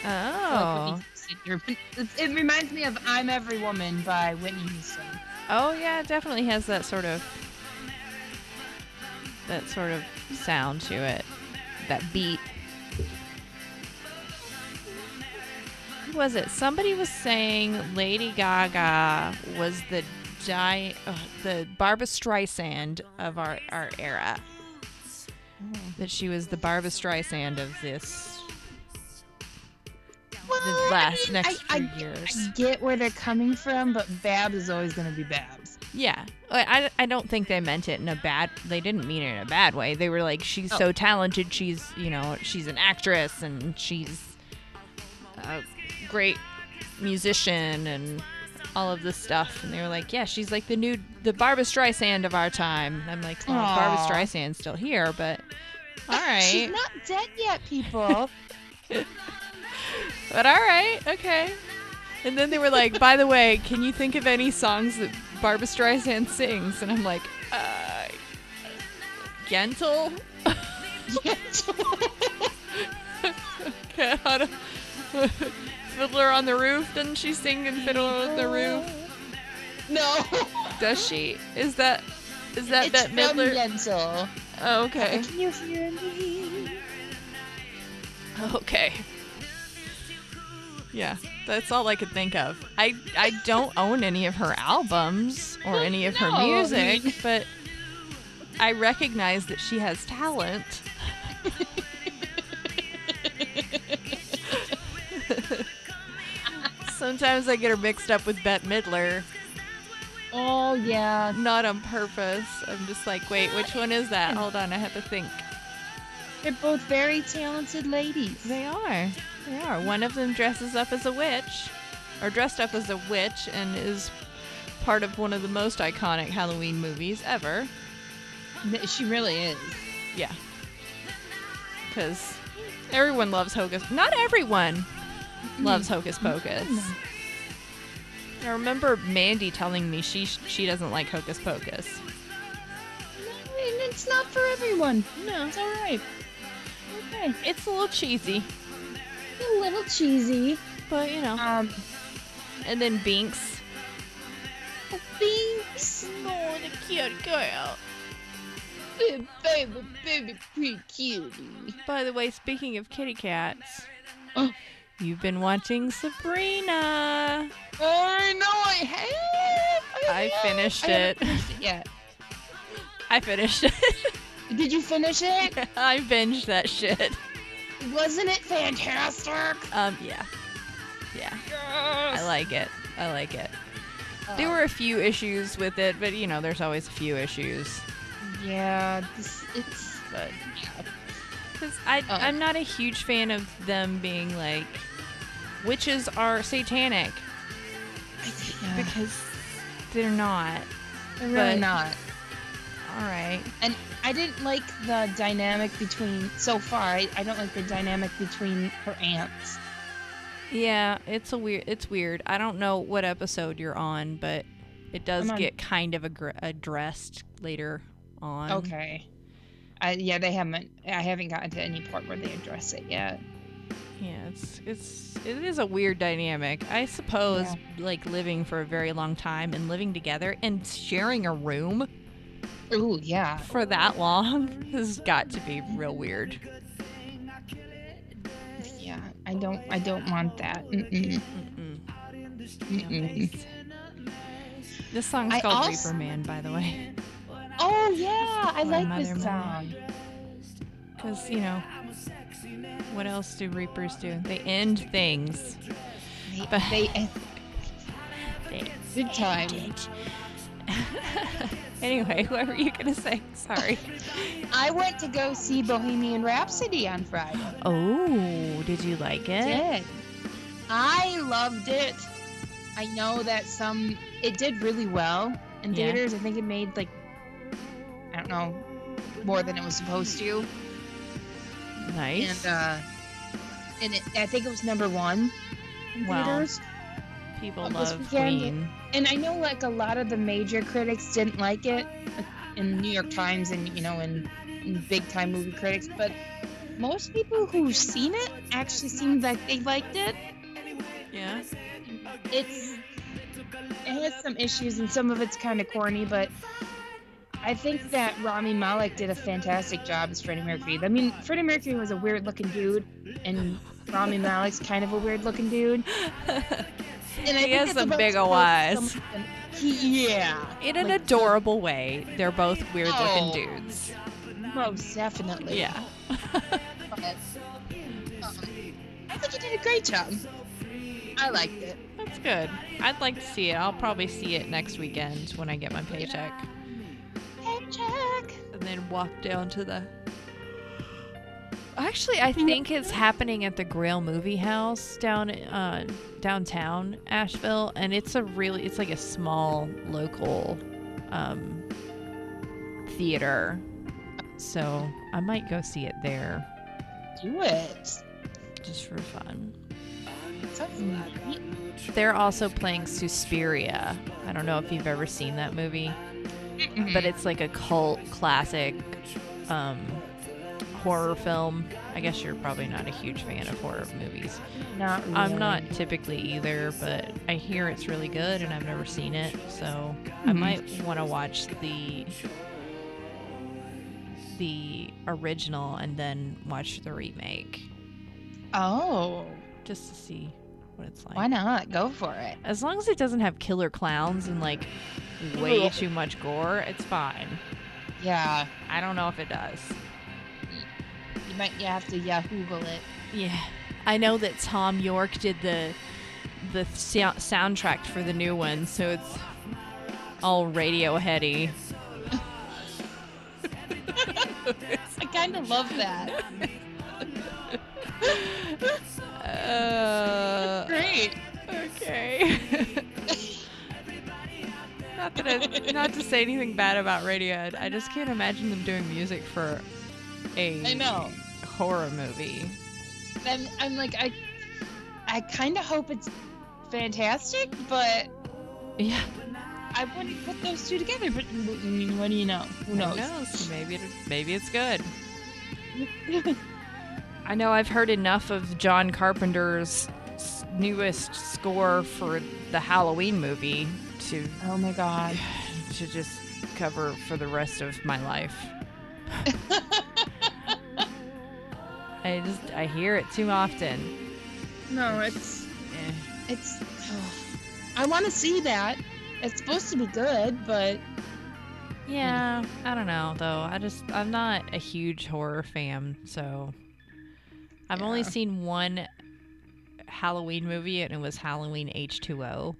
[SPEAKER 2] Oh.
[SPEAKER 1] It's- It reminds me of "I'm Every Woman" by Whitney Houston.
[SPEAKER 2] Oh yeah, it definitely has that sort of that sort of sound to it. That beat. Who was it? Somebody was saying Lady Gaga was the di- uh, the Barbra Streisand of our, our era. That she was the Barbra Streisand of this
[SPEAKER 1] Well,
[SPEAKER 2] the
[SPEAKER 1] I
[SPEAKER 2] last
[SPEAKER 1] mean,
[SPEAKER 2] next
[SPEAKER 1] I,
[SPEAKER 2] few
[SPEAKER 1] I,
[SPEAKER 2] years.
[SPEAKER 1] I get where they're coming from, but Babs is always going to be Babs.
[SPEAKER 2] Yeah. I, I I don't think they meant it in a bad they didn't mean it in a bad way. They were like she's
[SPEAKER 1] Oh.
[SPEAKER 2] so talented, she's, you know, she's an actress and she's a great musician and all of this stuff and they were like, yeah, she's like the new the Barbra Streisand of our time. And I'm like, well, Barbra
[SPEAKER 1] Aw.
[SPEAKER 2] Streisand's still here, but all
[SPEAKER 1] She's
[SPEAKER 2] right.
[SPEAKER 1] not dead yet, people.
[SPEAKER 2] But all right, okay. And then they were like, by the way, can you think of any songs that Barbra Streisand sings? And I'm like, uh, Gentle? God. Fiddler on the Roof? Doesn't she sing in Fiddler on the Roof?
[SPEAKER 1] no.
[SPEAKER 2] Does she? Is that, is that
[SPEAKER 1] it's
[SPEAKER 2] Bette
[SPEAKER 1] from
[SPEAKER 2] Midler?
[SPEAKER 1] Denzel.
[SPEAKER 2] Oh, okay.
[SPEAKER 1] Can you hear me?
[SPEAKER 2] Okay. Yeah, that's all I could think of. I I don't own any of her albums or any of
[SPEAKER 1] No,
[SPEAKER 2] her
[SPEAKER 1] I
[SPEAKER 2] music,
[SPEAKER 1] mean-
[SPEAKER 2] but I recognize that she has talent. Sometimes I get her mixed up with Bette Midler,
[SPEAKER 1] Oh yeah.
[SPEAKER 2] not on purpose. I'm just like, wait, which one is that? Hold on, I have to think.
[SPEAKER 1] They're both very talented ladies.
[SPEAKER 2] They are. They are. One of them dresses up as a witch, or dressed up as a witch, and is part of one of the most iconic Halloween movies ever.
[SPEAKER 1] Th- She really is.
[SPEAKER 2] Yeah. Because everyone loves Hocus. Not everyone loves Hocus Pocus. I remember Mandy telling me she she doesn't like Hocus Pocus.
[SPEAKER 1] And it's not for everyone. No, it's all right. Okay,
[SPEAKER 2] It's a little cheesy,
[SPEAKER 1] a little cheesy.
[SPEAKER 2] but you know.
[SPEAKER 1] Um,
[SPEAKER 2] And then Binks.
[SPEAKER 1] Binks.
[SPEAKER 2] Oh, the cute girl.
[SPEAKER 1] Baby, baby, baby, pretty cutie.
[SPEAKER 2] By the way, speaking of kitty cats,
[SPEAKER 1] Oh.
[SPEAKER 2] you've been watching Sabrina.
[SPEAKER 1] I know I have. I
[SPEAKER 2] I finished
[SPEAKER 1] I haven't
[SPEAKER 2] it.
[SPEAKER 1] finished it yet.
[SPEAKER 2] I finished it.
[SPEAKER 1] Did you finish it?
[SPEAKER 2] I binged that shit.
[SPEAKER 1] Wasn't it fantastic?
[SPEAKER 2] Um, yeah. Yeah. I like it. I like it. There were a few issues with it, but you know, there's always a few issues.
[SPEAKER 1] Yeah, this, it's.
[SPEAKER 2] But because I,
[SPEAKER 1] Oh.
[SPEAKER 2] I'm not a huge fan of them being like witches are satanic
[SPEAKER 1] Yeah,
[SPEAKER 2] because they're not.
[SPEAKER 1] they're really
[SPEAKER 2] but-
[SPEAKER 1] not.
[SPEAKER 2] All right.
[SPEAKER 1] And I didn't like the dynamic between. So far, I, I don't like the dynamic between her aunts.
[SPEAKER 2] Yeah, it's a weird. It's weird. I don't know what episode you're on, but it does
[SPEAKER 1] I'm on-
[SPEAKER 2] get kind of aggr- addressed later on.
[SPEAKER 1] Okay. I, yeah, they haven't. I haven't gotten to any part where they address it yet.
[SPEAKER 2] Yeah, it's it's it is a weird dynamic. I suppose like living for a very long time and living together and sharing a room
[SPEAKER 1] Ooh, yeah.
[SPEAKER 2] for that long has got to be real weird.
[SPEAKER 1] Yeah, I don't. I don't want that. Mm-mm,
[SPEAKER 2] Mm-mm.
[SPEAKER 1] mm-mm.
[SPEAKER 2] This song's
[SPEAKER 1] I
[SPEAKER 2] called
[SPEAKER 1] als-
[SPEAKER 2] Reaper Man, by the way,
[SPEAKER 1] Oh yeah, I
[SPEAKER 2] My
[SPEAKER 1] like this
[SPEAKER 2] mother-
[SPEAKER 1] song.
[SPEAKER 2] because you know what else do reapers do? They end things.
[SPEAKER 1] They,
[SPEAKER 2] But-
[SPEAKER 1] they,
[SPEAKER 2] They-
[SPEAKER 1] good time.
[SPEAKER 2] anyway, what were you gonna say? Sorry.
[SPEAKER 1] I went to go see Bohemian Rhapsody on Friday.
[SPEAKER 2] Oh, did you like it?
[SPEAKER 1] did. I loved it. I know that some it did really well in
[SPEAKER 2] Yeah.
[SPEAKER 1] theaters. I think it made like I don't know more than it was supposed to,
[SPEAKER 2] Nice.
[SPEAKER 1] and uh, and it, I think it was number one in
[SPEAKER 2] Wow.
[SPEAKER 1] theaters.
[SPEAKER 2] People
[SPEAKER 1] Well, this
[SPEAKER 2] love
[SPEAKER 1] weekend-
[SPEAKER 2] Queen.
[SPEAKER 1] And I know like a lot of the major critics didn't like it, like, in New York Times and you know in, in big time movie critics, but most people who've seen it actually seemed like they liked it.
[SPEAKER 2] Yeah.
[SPEAKER 1] it's it has some issues and some of it's kind of corny, but I think that Rami Malek did a fantastic job as Freddie Mercury. I mean, Freddie Mercury was a weird looking dude, and Rami Malek's kind of a weird looking dude. And I
[SPEAKER 2] He
[SPEAKER 1] think
[SPEAKER 2] has
[SPEAKER 1] that's
[SPEAKER 2] some
[SPEAKER 1] about
[SPEAKER 2] big
[SPEAKER 1] as close
[SPEAKER 2] eyes.
[SPEAKER 1] as someone can- He, yeah,
[SPEAKER 2] In an
[SPEAKER 1] Like,
[SPEAKER 2] adorable way, they're both weird
[SPEAKER 1] Oh.
[SPEAKER 2] looking dudes.
[SPEAKER 1] most definitely.
[SPEAKER 2] Yeah.
[SPEAKER 1] But, um, I think he did a great job. I liked it.
[SPEAKER 2] That's good. I'd like to see it. I'll probably see it next weekend when I get my paycheck.
[SPEAKER 1] Hey, Jack.
[SPEAKER 2] And then walk down to the. Actually, I think it's happening at the Grail Movie House down uh, downtown Asheville, and it's a really it's like a small local um, theater. So I might go see it there
[SPEAKER 1] Do it.
[SPEAKER 2] just for fun.
[SPEAKER 1] Sounds neat.
[SPEAKER 2] They're also playing Suspiria. I don't know if you've ever seen that movie, but it's like a cult classic um, horror film. I guess you're probably not a huge fan of horror movies.
[SPEAKER 1] Not really.
[SPEAKER 2] I'm not typically either, but I hear it's really good and I've never seen it, so I
[SPEAKER 1] Mhm.
[SPEAKER 2] might want to watch the the original and then watch the remake
[SPEAKER 1] Oh,
[SPEAKER 2] just to see what it's like.
[SPEAKER 1] why not? Go for it.
[SPEAKER 2] As long as it doesn't have killer clowns and like way too much gore, it's fine.
[SPEAKER 1] Yeah,
[SPEAKER 2] I don't know if it does.
[SPEAKER 1] you might you have to Yahoo it.
[SPEAKER 2] Yeah, I know that Tom York did the the sou- soundtrack for the new one, so it's all Radioheady.
[SPEAKER 1] I kind of love that.
[SPEAKER 2] Uh,
[SPEAKER 1] Great.
[SPEAKER 2] okay. not that I, not to say anything bad about Radiohead, I just can't imagine them doing music for a
[SPEAKER 1] I know.
[SPEAKER 2] horror movie.
[SPEAKER 1] I'm, I'm like I, I kind of hope it's fantastic, but
[SPEAKER 2] Yeah.
[SPEAKER 1] I wouldn't put those two together. But I mean, what do you know? Who knows?
[SPEAKER 2] Maybe it, maybe it's good. I know I've heard enough of John Carpenter's s- newest score for the Halloween movie to
[SPEAKER 1] Oh my god.
[SPEAKER 2] to just cover for the rest of my life. I just I hear it too often.
[SPEAKER 1] No, it's
[SPEAKER 2] Eh.
[SPEAKER 1] it's. I want to see that. It's supposed to be good, but
[SPEAKER 2] Yeah, I don't know though. I just I'm not a huge horror fan, so I've only
[SPEAKER 1] Yeah.
[SPEAKER 2] seen one Halloween movie, and it was Halloween H2O.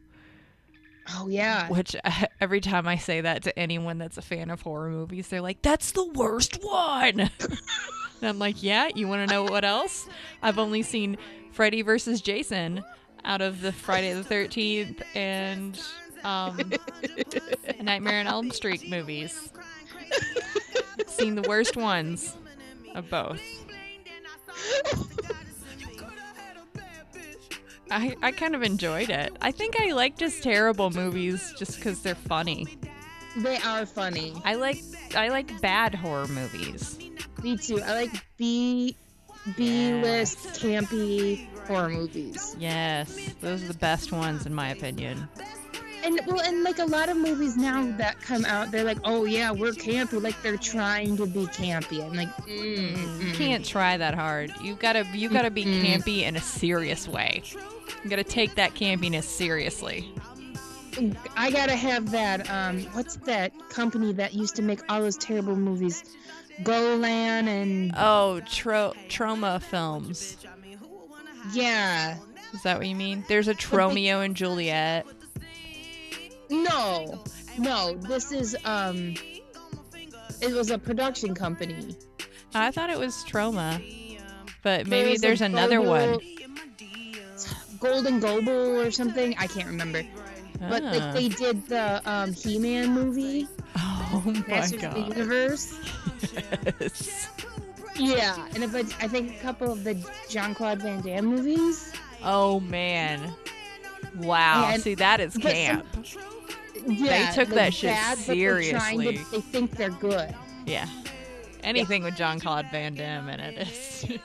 [SPEAKER 1] oh yeah,
[SPEAKER 2] Which uh, every time I say that to anyone that's a fan of horror movies, they're like, "That's the worst one." and I'm like, "Yeah, you want to know what else? I've only seen Freddy versus Jason out of the Friday the 13th and um, Nightmare on Elm Street movies. seen the worst ones of both. I, I kind of enjoyed it. I think I like just terrible movies just because they're funny.
[SPEAKER 1] they are funny.
[SPEAKER 2] I like I like bad horror movies.
[SPEAKER 1] Me too. I like B B list campy horror movies.
[SPEAKER 2] Yes, those are the best ones in my opinion.
[SPEAKER 1] And well, and like a lot of movies now that come out, they're like, oh yeah, we're campy. Like they're trying to be campy. I'm like, mm,
[SPEAKER 2] You
[SPEAKER 1] mm, mm.
[SPEAKER 2] can't try that hard. You gotta you gotta be
[SPEAKER 1] Mm-mm.
[SPEAKER 2] campy in a serious way. You gotta take that campiness seriously.
[SPEAKER 1] I gotta have that. Um, what's that company that used to make all those terrible movies? Golan and
[SPEAKER 2] Oh, tro- trauma films.
[SPEAKER 1] yeah,
[SPEAKER 2] Is that what you mean? There's a Tromeo and Juliet.
[SPEAKER 1] no, no. This is um, it was a production company.
[SPEAKER 2] I thought it was trauma,
[SPEAKER 1] There
[SPEAKER 2] but maybe
[SPEAKER 1] was a
[SPEAKER 2] there's another one.
[SPEAKER 1] Goble- Golden Goble or something. I can't remember. But
[SPEAKER 2] Ah.
[SPEAKER 1] like they did the um, He-Man movie,
[SPEAKER 2] oh my
[SPEAKER 1] Masters of the
[SPEAKER 2] god.
[SPEAKER 1] Universe.
[SPEAKER 2] Yes.
[SPEAKER 1] Yeah, and if I, I think a couple of the Jean Claude Van Damme movies.
[SPEAKER 2] Oh man. Wow.
[SPEAKER 1] And-
[SPEAKER 2] See, that is
[SPEAKER 1] but some-
[SPEAKER 2] camp.
[SPEAKER 1] Yeah,
[SPEAKER 2] took
[SPEAKER 1] they're
[SPEAKER 2] that shit
[SPEAKER 1] bad, but they're trying to-
[SPEAKER 2] seriously.
[SPEAKER 1] they think they're good.
[SPEAKER 2] yeah. Anything with John Claude Van Damme in it is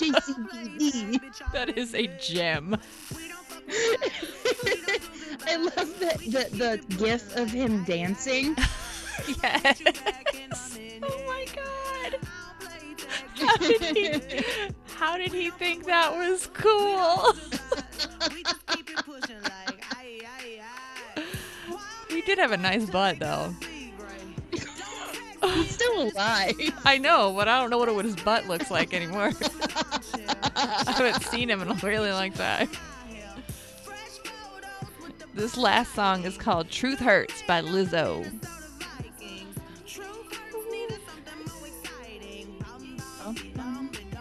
[SPEAKER 1] JCVD.
[SPEAKER 2] that is a gem.
[SPEAKER 1] I love the, the the gif of him dancing.
[SPEAKER 2] Yes. Oh my god. How did he, how did he think that was cool? he did have a nice butt though.
[SPEAKER 1] He's still alive.
[SPEAKER 2] I know, but I don't know what, what his butt looks like anymore. I haven't seen him in a really long time. This last song is called Truth Hurts by Lizzo.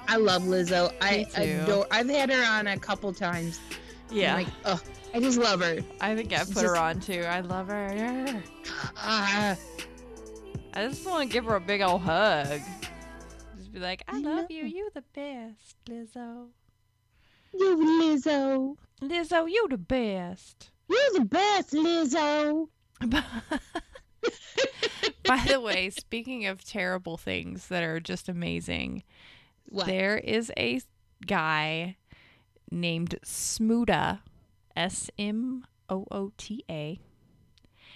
[SPEAKER 1] I love Lizzo. I
[SPEAKER 2] Me too.
[SPEAKER 1] adore. I've had her on a couple times.
[SPEAKER 2] Yeah,
[SPEAKER 1] I'm like, oh, I just love her.
[SPEAKER 2] I think I put
[SPEAKER 1] just-
[SPEAKER 2] her on too. I love her.
[SPEAKER 1] Ah,
[SPEAKER 2] I just want to give her a big old hug. Just be like, I
[SPEAKER 1] I
[SPEAKER 2] love
[SPEAKER 1] know.
[SPEAKER 2] you. You the best, Lizzo.
[SPEAKER 1] you Lizzo.
[SPEAKER 2] Lizzo, you the best.
[SPEAKER 1] You're the best, Lizzo.
[SPEAKER 2] By the way, speaking of terrible things that are just amazing,
[SPEAKER 1] What?
[SPEAKER 2] there is a guy named Smoota, S M O O T A.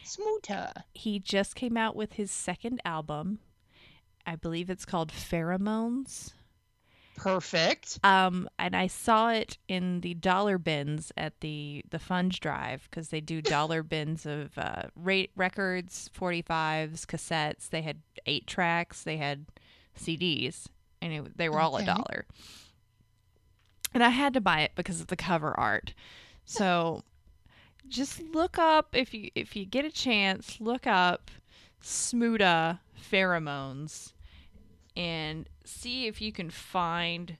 [SPEAKER 1] Smoota.
[SPEAKER 2] He just came out with his second album. I believe it's called Pheromones.
[SPEAKER 1] Perfect.
[SPEAKER 2] Um, and I saw it in the dollar bins at the the Funge Drive because they do dollar bins of uh, rate records, forty fives, cassettes. They had eight tracks. They had CDs, and it, they were all a
[SPEAKER 1] Okay.
[SPEAKER 2] dollar. And I had to buy it because of the cover art. So, just look up if you if you get a chance. Look up Smuda pheromones and see if you can find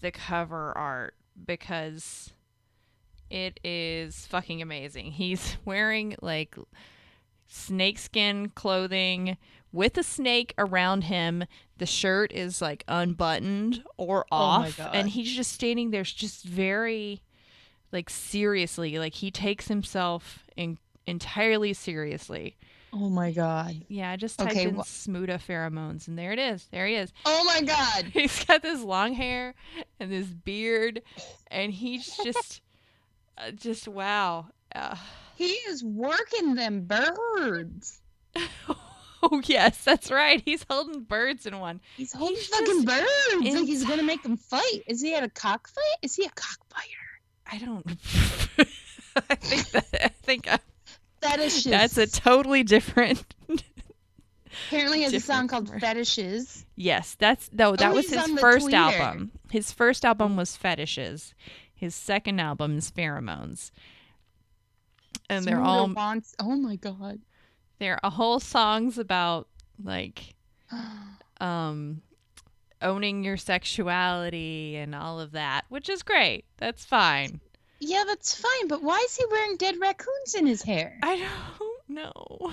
[SPEAKER 2] the cover art because it is fucking amazing. He's wearing like snakeskin clothing with a snake around him. The shirt is like unbuttoned or
[SPEAKER 1] Oh my
[SPEAKER 2] off,
[SPEAKER 1] God.
[SPEAKER 2] and he's just standing there, just very like seriously. Like he takes himself in- entirely seriously.
[SPEAKER 1] Oh my god.
[SPEAKER 2] Yeah, I just typed
[SPEAKER 1] Okay,
[SPEAKER 2] in
[SPEAKER 1] wha-
[SPEAKER 2] Smuda pheromones, and there it is. There he is.
[SPEAKER 1] Oh my god.
[SPEAKER 2] He's got this long hair and this beard, and he's just, uh, just wow. Uh,
[SPEAKER 1] He is working them birds.
[SPEAKER 2] oh yes, that's right. He's holding birds in one.
[SPEAKER 1] He's holding
[SPEAKER 2] He's
[SPEAKER 1] fucking
[SPEAKER 2] just
[SPEAKER 1] birds.
[SPEAKER 2] in-
[SPEAKER 1] Like he's gonna make them fight. Is he at a cockfight? Is he a cockfighter?
[SPEAKER 2] I don't. I think that. I think I,
[SPEAKER 1] fetishes.
[SPEAKER 2] That's a totally different.
[SPEAKER 1] Apparently, has a song
[SPEAKER 2] different
[SPEAKER 1] called
[SPEAKER 2] word.
[SPEAKER 1] Fetishes.
[SPEAKER 2] yes, that's no. That
[SPEAKER 1] Oh,
[SPEAKER 2] was
[SPEAKER 1] he's
[SPEAKER 2] his
[SPEAKER 1] on the
[SPEAKER 2] first
[SPEAKER 1] Twitter.
[SPEAKER 2] album. His first album was Fetishes. His second album is Pheromones. And they're
[SPEAKER 1] Smoota
[SPEAKER 2] all
[SPEAKER 1] wants. Oh my god.
[SPEAKER 2] they're whole songs about like um owning your sexuality and all of that, which is great. That's fine.
[SPEAKER 1] Yeah, that's fine. But why is he wearing dead raccoons in his hair?
[SPEAKER 2] I don't know.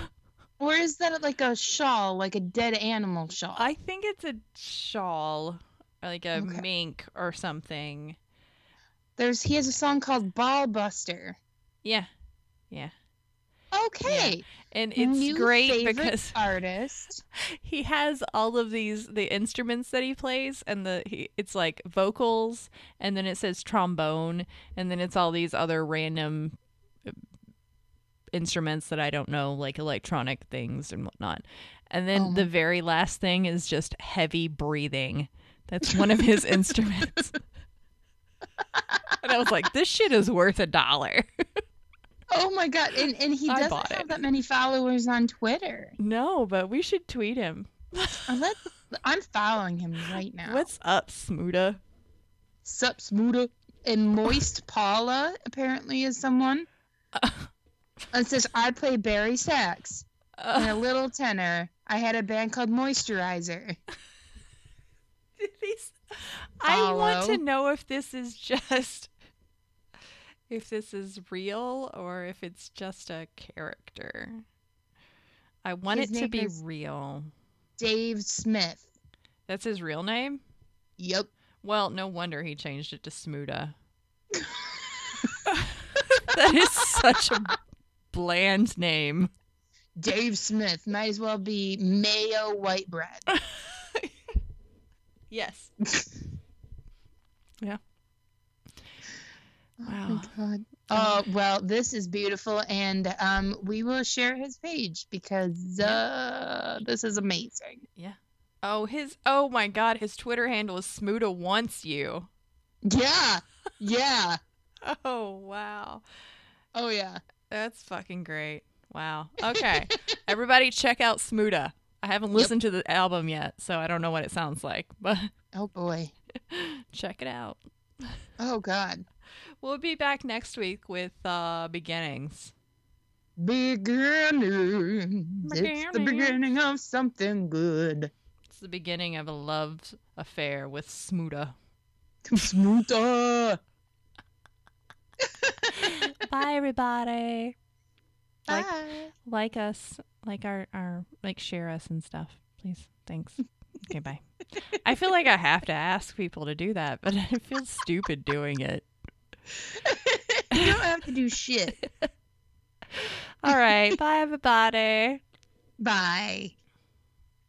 [SPEAKER 1] Or is that like a shawl, like a dead animal shawl?
[SPEAKER 2] I think it's a shawl, or like a
[SPEAKER 1] Okay.
[SPEAKER 2] mink or something.
[SPEAKER 1] There's he has a song called Ball Buster.
[SPEAKER 2] Yeah.
[SPEAKER 1] Okay,
[SPEAKER 2] And it's
[SPEAKER 1] New
[SPEAKER 2] great
[SPEAKER 1] favorite
[SPEAKER 2] because
[SPEAKER 1] artist.
[SPEAKER 2] he has all of these the instruments that he plays and the he, it's like vocals and then it says trombone and then it's all these other random uh, instruments that I don't know like electronic things and whatnot. And then
[SPEAKER 1] Oh my-
[SPEAKER 2] the very last thing is just heavy breathing. That's one of his instruments. and I was like this shit is worth a dollar.
[SPEAKER 1] Oh my god, and and he
[SPEAKER 2] I
[SPEAKER 1] doesn't
[SPEAKER 2] bought
[SPEAKER 1] have
[SPEAKER 2] it.
[SPEAKER 1] that many followers on Twitter.
[SPEAKER 2] No, but we should tweet him.
[SPEAKER 1] Uh, Let's, I'm following him right now.
[SPEAKER 2] What's up, Smuda?
[SPEAKER 1] Sup Smuda and Moist Paula apparently is someone. It says I play Barry Sax and a little tenor. I had a band called Moisturizer.
[SPEAKER 2] These- I want to
[SPEAKER 1] Follow.
[SPEAKER 2] know if this is just if this is real or if it's just a character. I want
[SPEAKER 1] His
[SPEAKER 2] it to
[SPEAKER 1] name
[SPEAKER 2] be
[SPEAKER 1] is-
[SPEAKER 2] real.
[SPEAKER 1] Dave Smith.
[SPEAKER 2] That's his real name?
[SPEAKER 1] Yep.
[SPEAKER 2] Well, no wonder he changed it to Smuda. that is such a bland name.
[SPEAKER 1] Dave Smith might as well be mayo white bread.
[SPEAKER 2] Yes.
[SPEAKER 1] Oh,
[SPEAKER 2] Wow.
[SPEAKER 1] my God. oh well, this is beautiful, and um, we will share his page because uh, this is amazing.
[SPEAKER 2] Oh, his oh my god, his Twitter handle is Smuda wants you.
[SPEAKER 1] Yeah, yeah,
[SPEAKER 2] Oh wow.
[SPEAKER 1] oh yeah.
[SPEAKER 2] That's fucking great. Wow. Okay. Everybody check out Smuda. I haven't
[SPEAKER 1] Yep.
[SPEAKER 2] listened to the album yet, so I don't know what it sounds like, but
[SPEAKER 1] Oh boy.
[SPEAKER 2] check it out.
[SPEAKER 1] Oh God.
[SPEAKER 2] We'll be back next week with uh beginnings.
[SPEAKER 1] Beginnings. It's the
[SPEAKER 2] Beginnings.
[SPEAKER 1] beginning of something good.
[SPEAKER 2] It's the beginning of a love affair with Smuda.
[SPEAKER 1] Smoota.
[SPEAKER 2] Bye everybody. Like-
[SPEAKER 1] Bye.
[SPEAKER 2] Like us, like our our like share us and stuff, please. Thanks. Okay, bye. I feel like I have to ask people to do that, but I feel stupid doing it.
[SPEAKER 1] you don't have to do shit.
[SPEAKER 2] All right. Bye everybody.
[SPEAKER 1] Bye.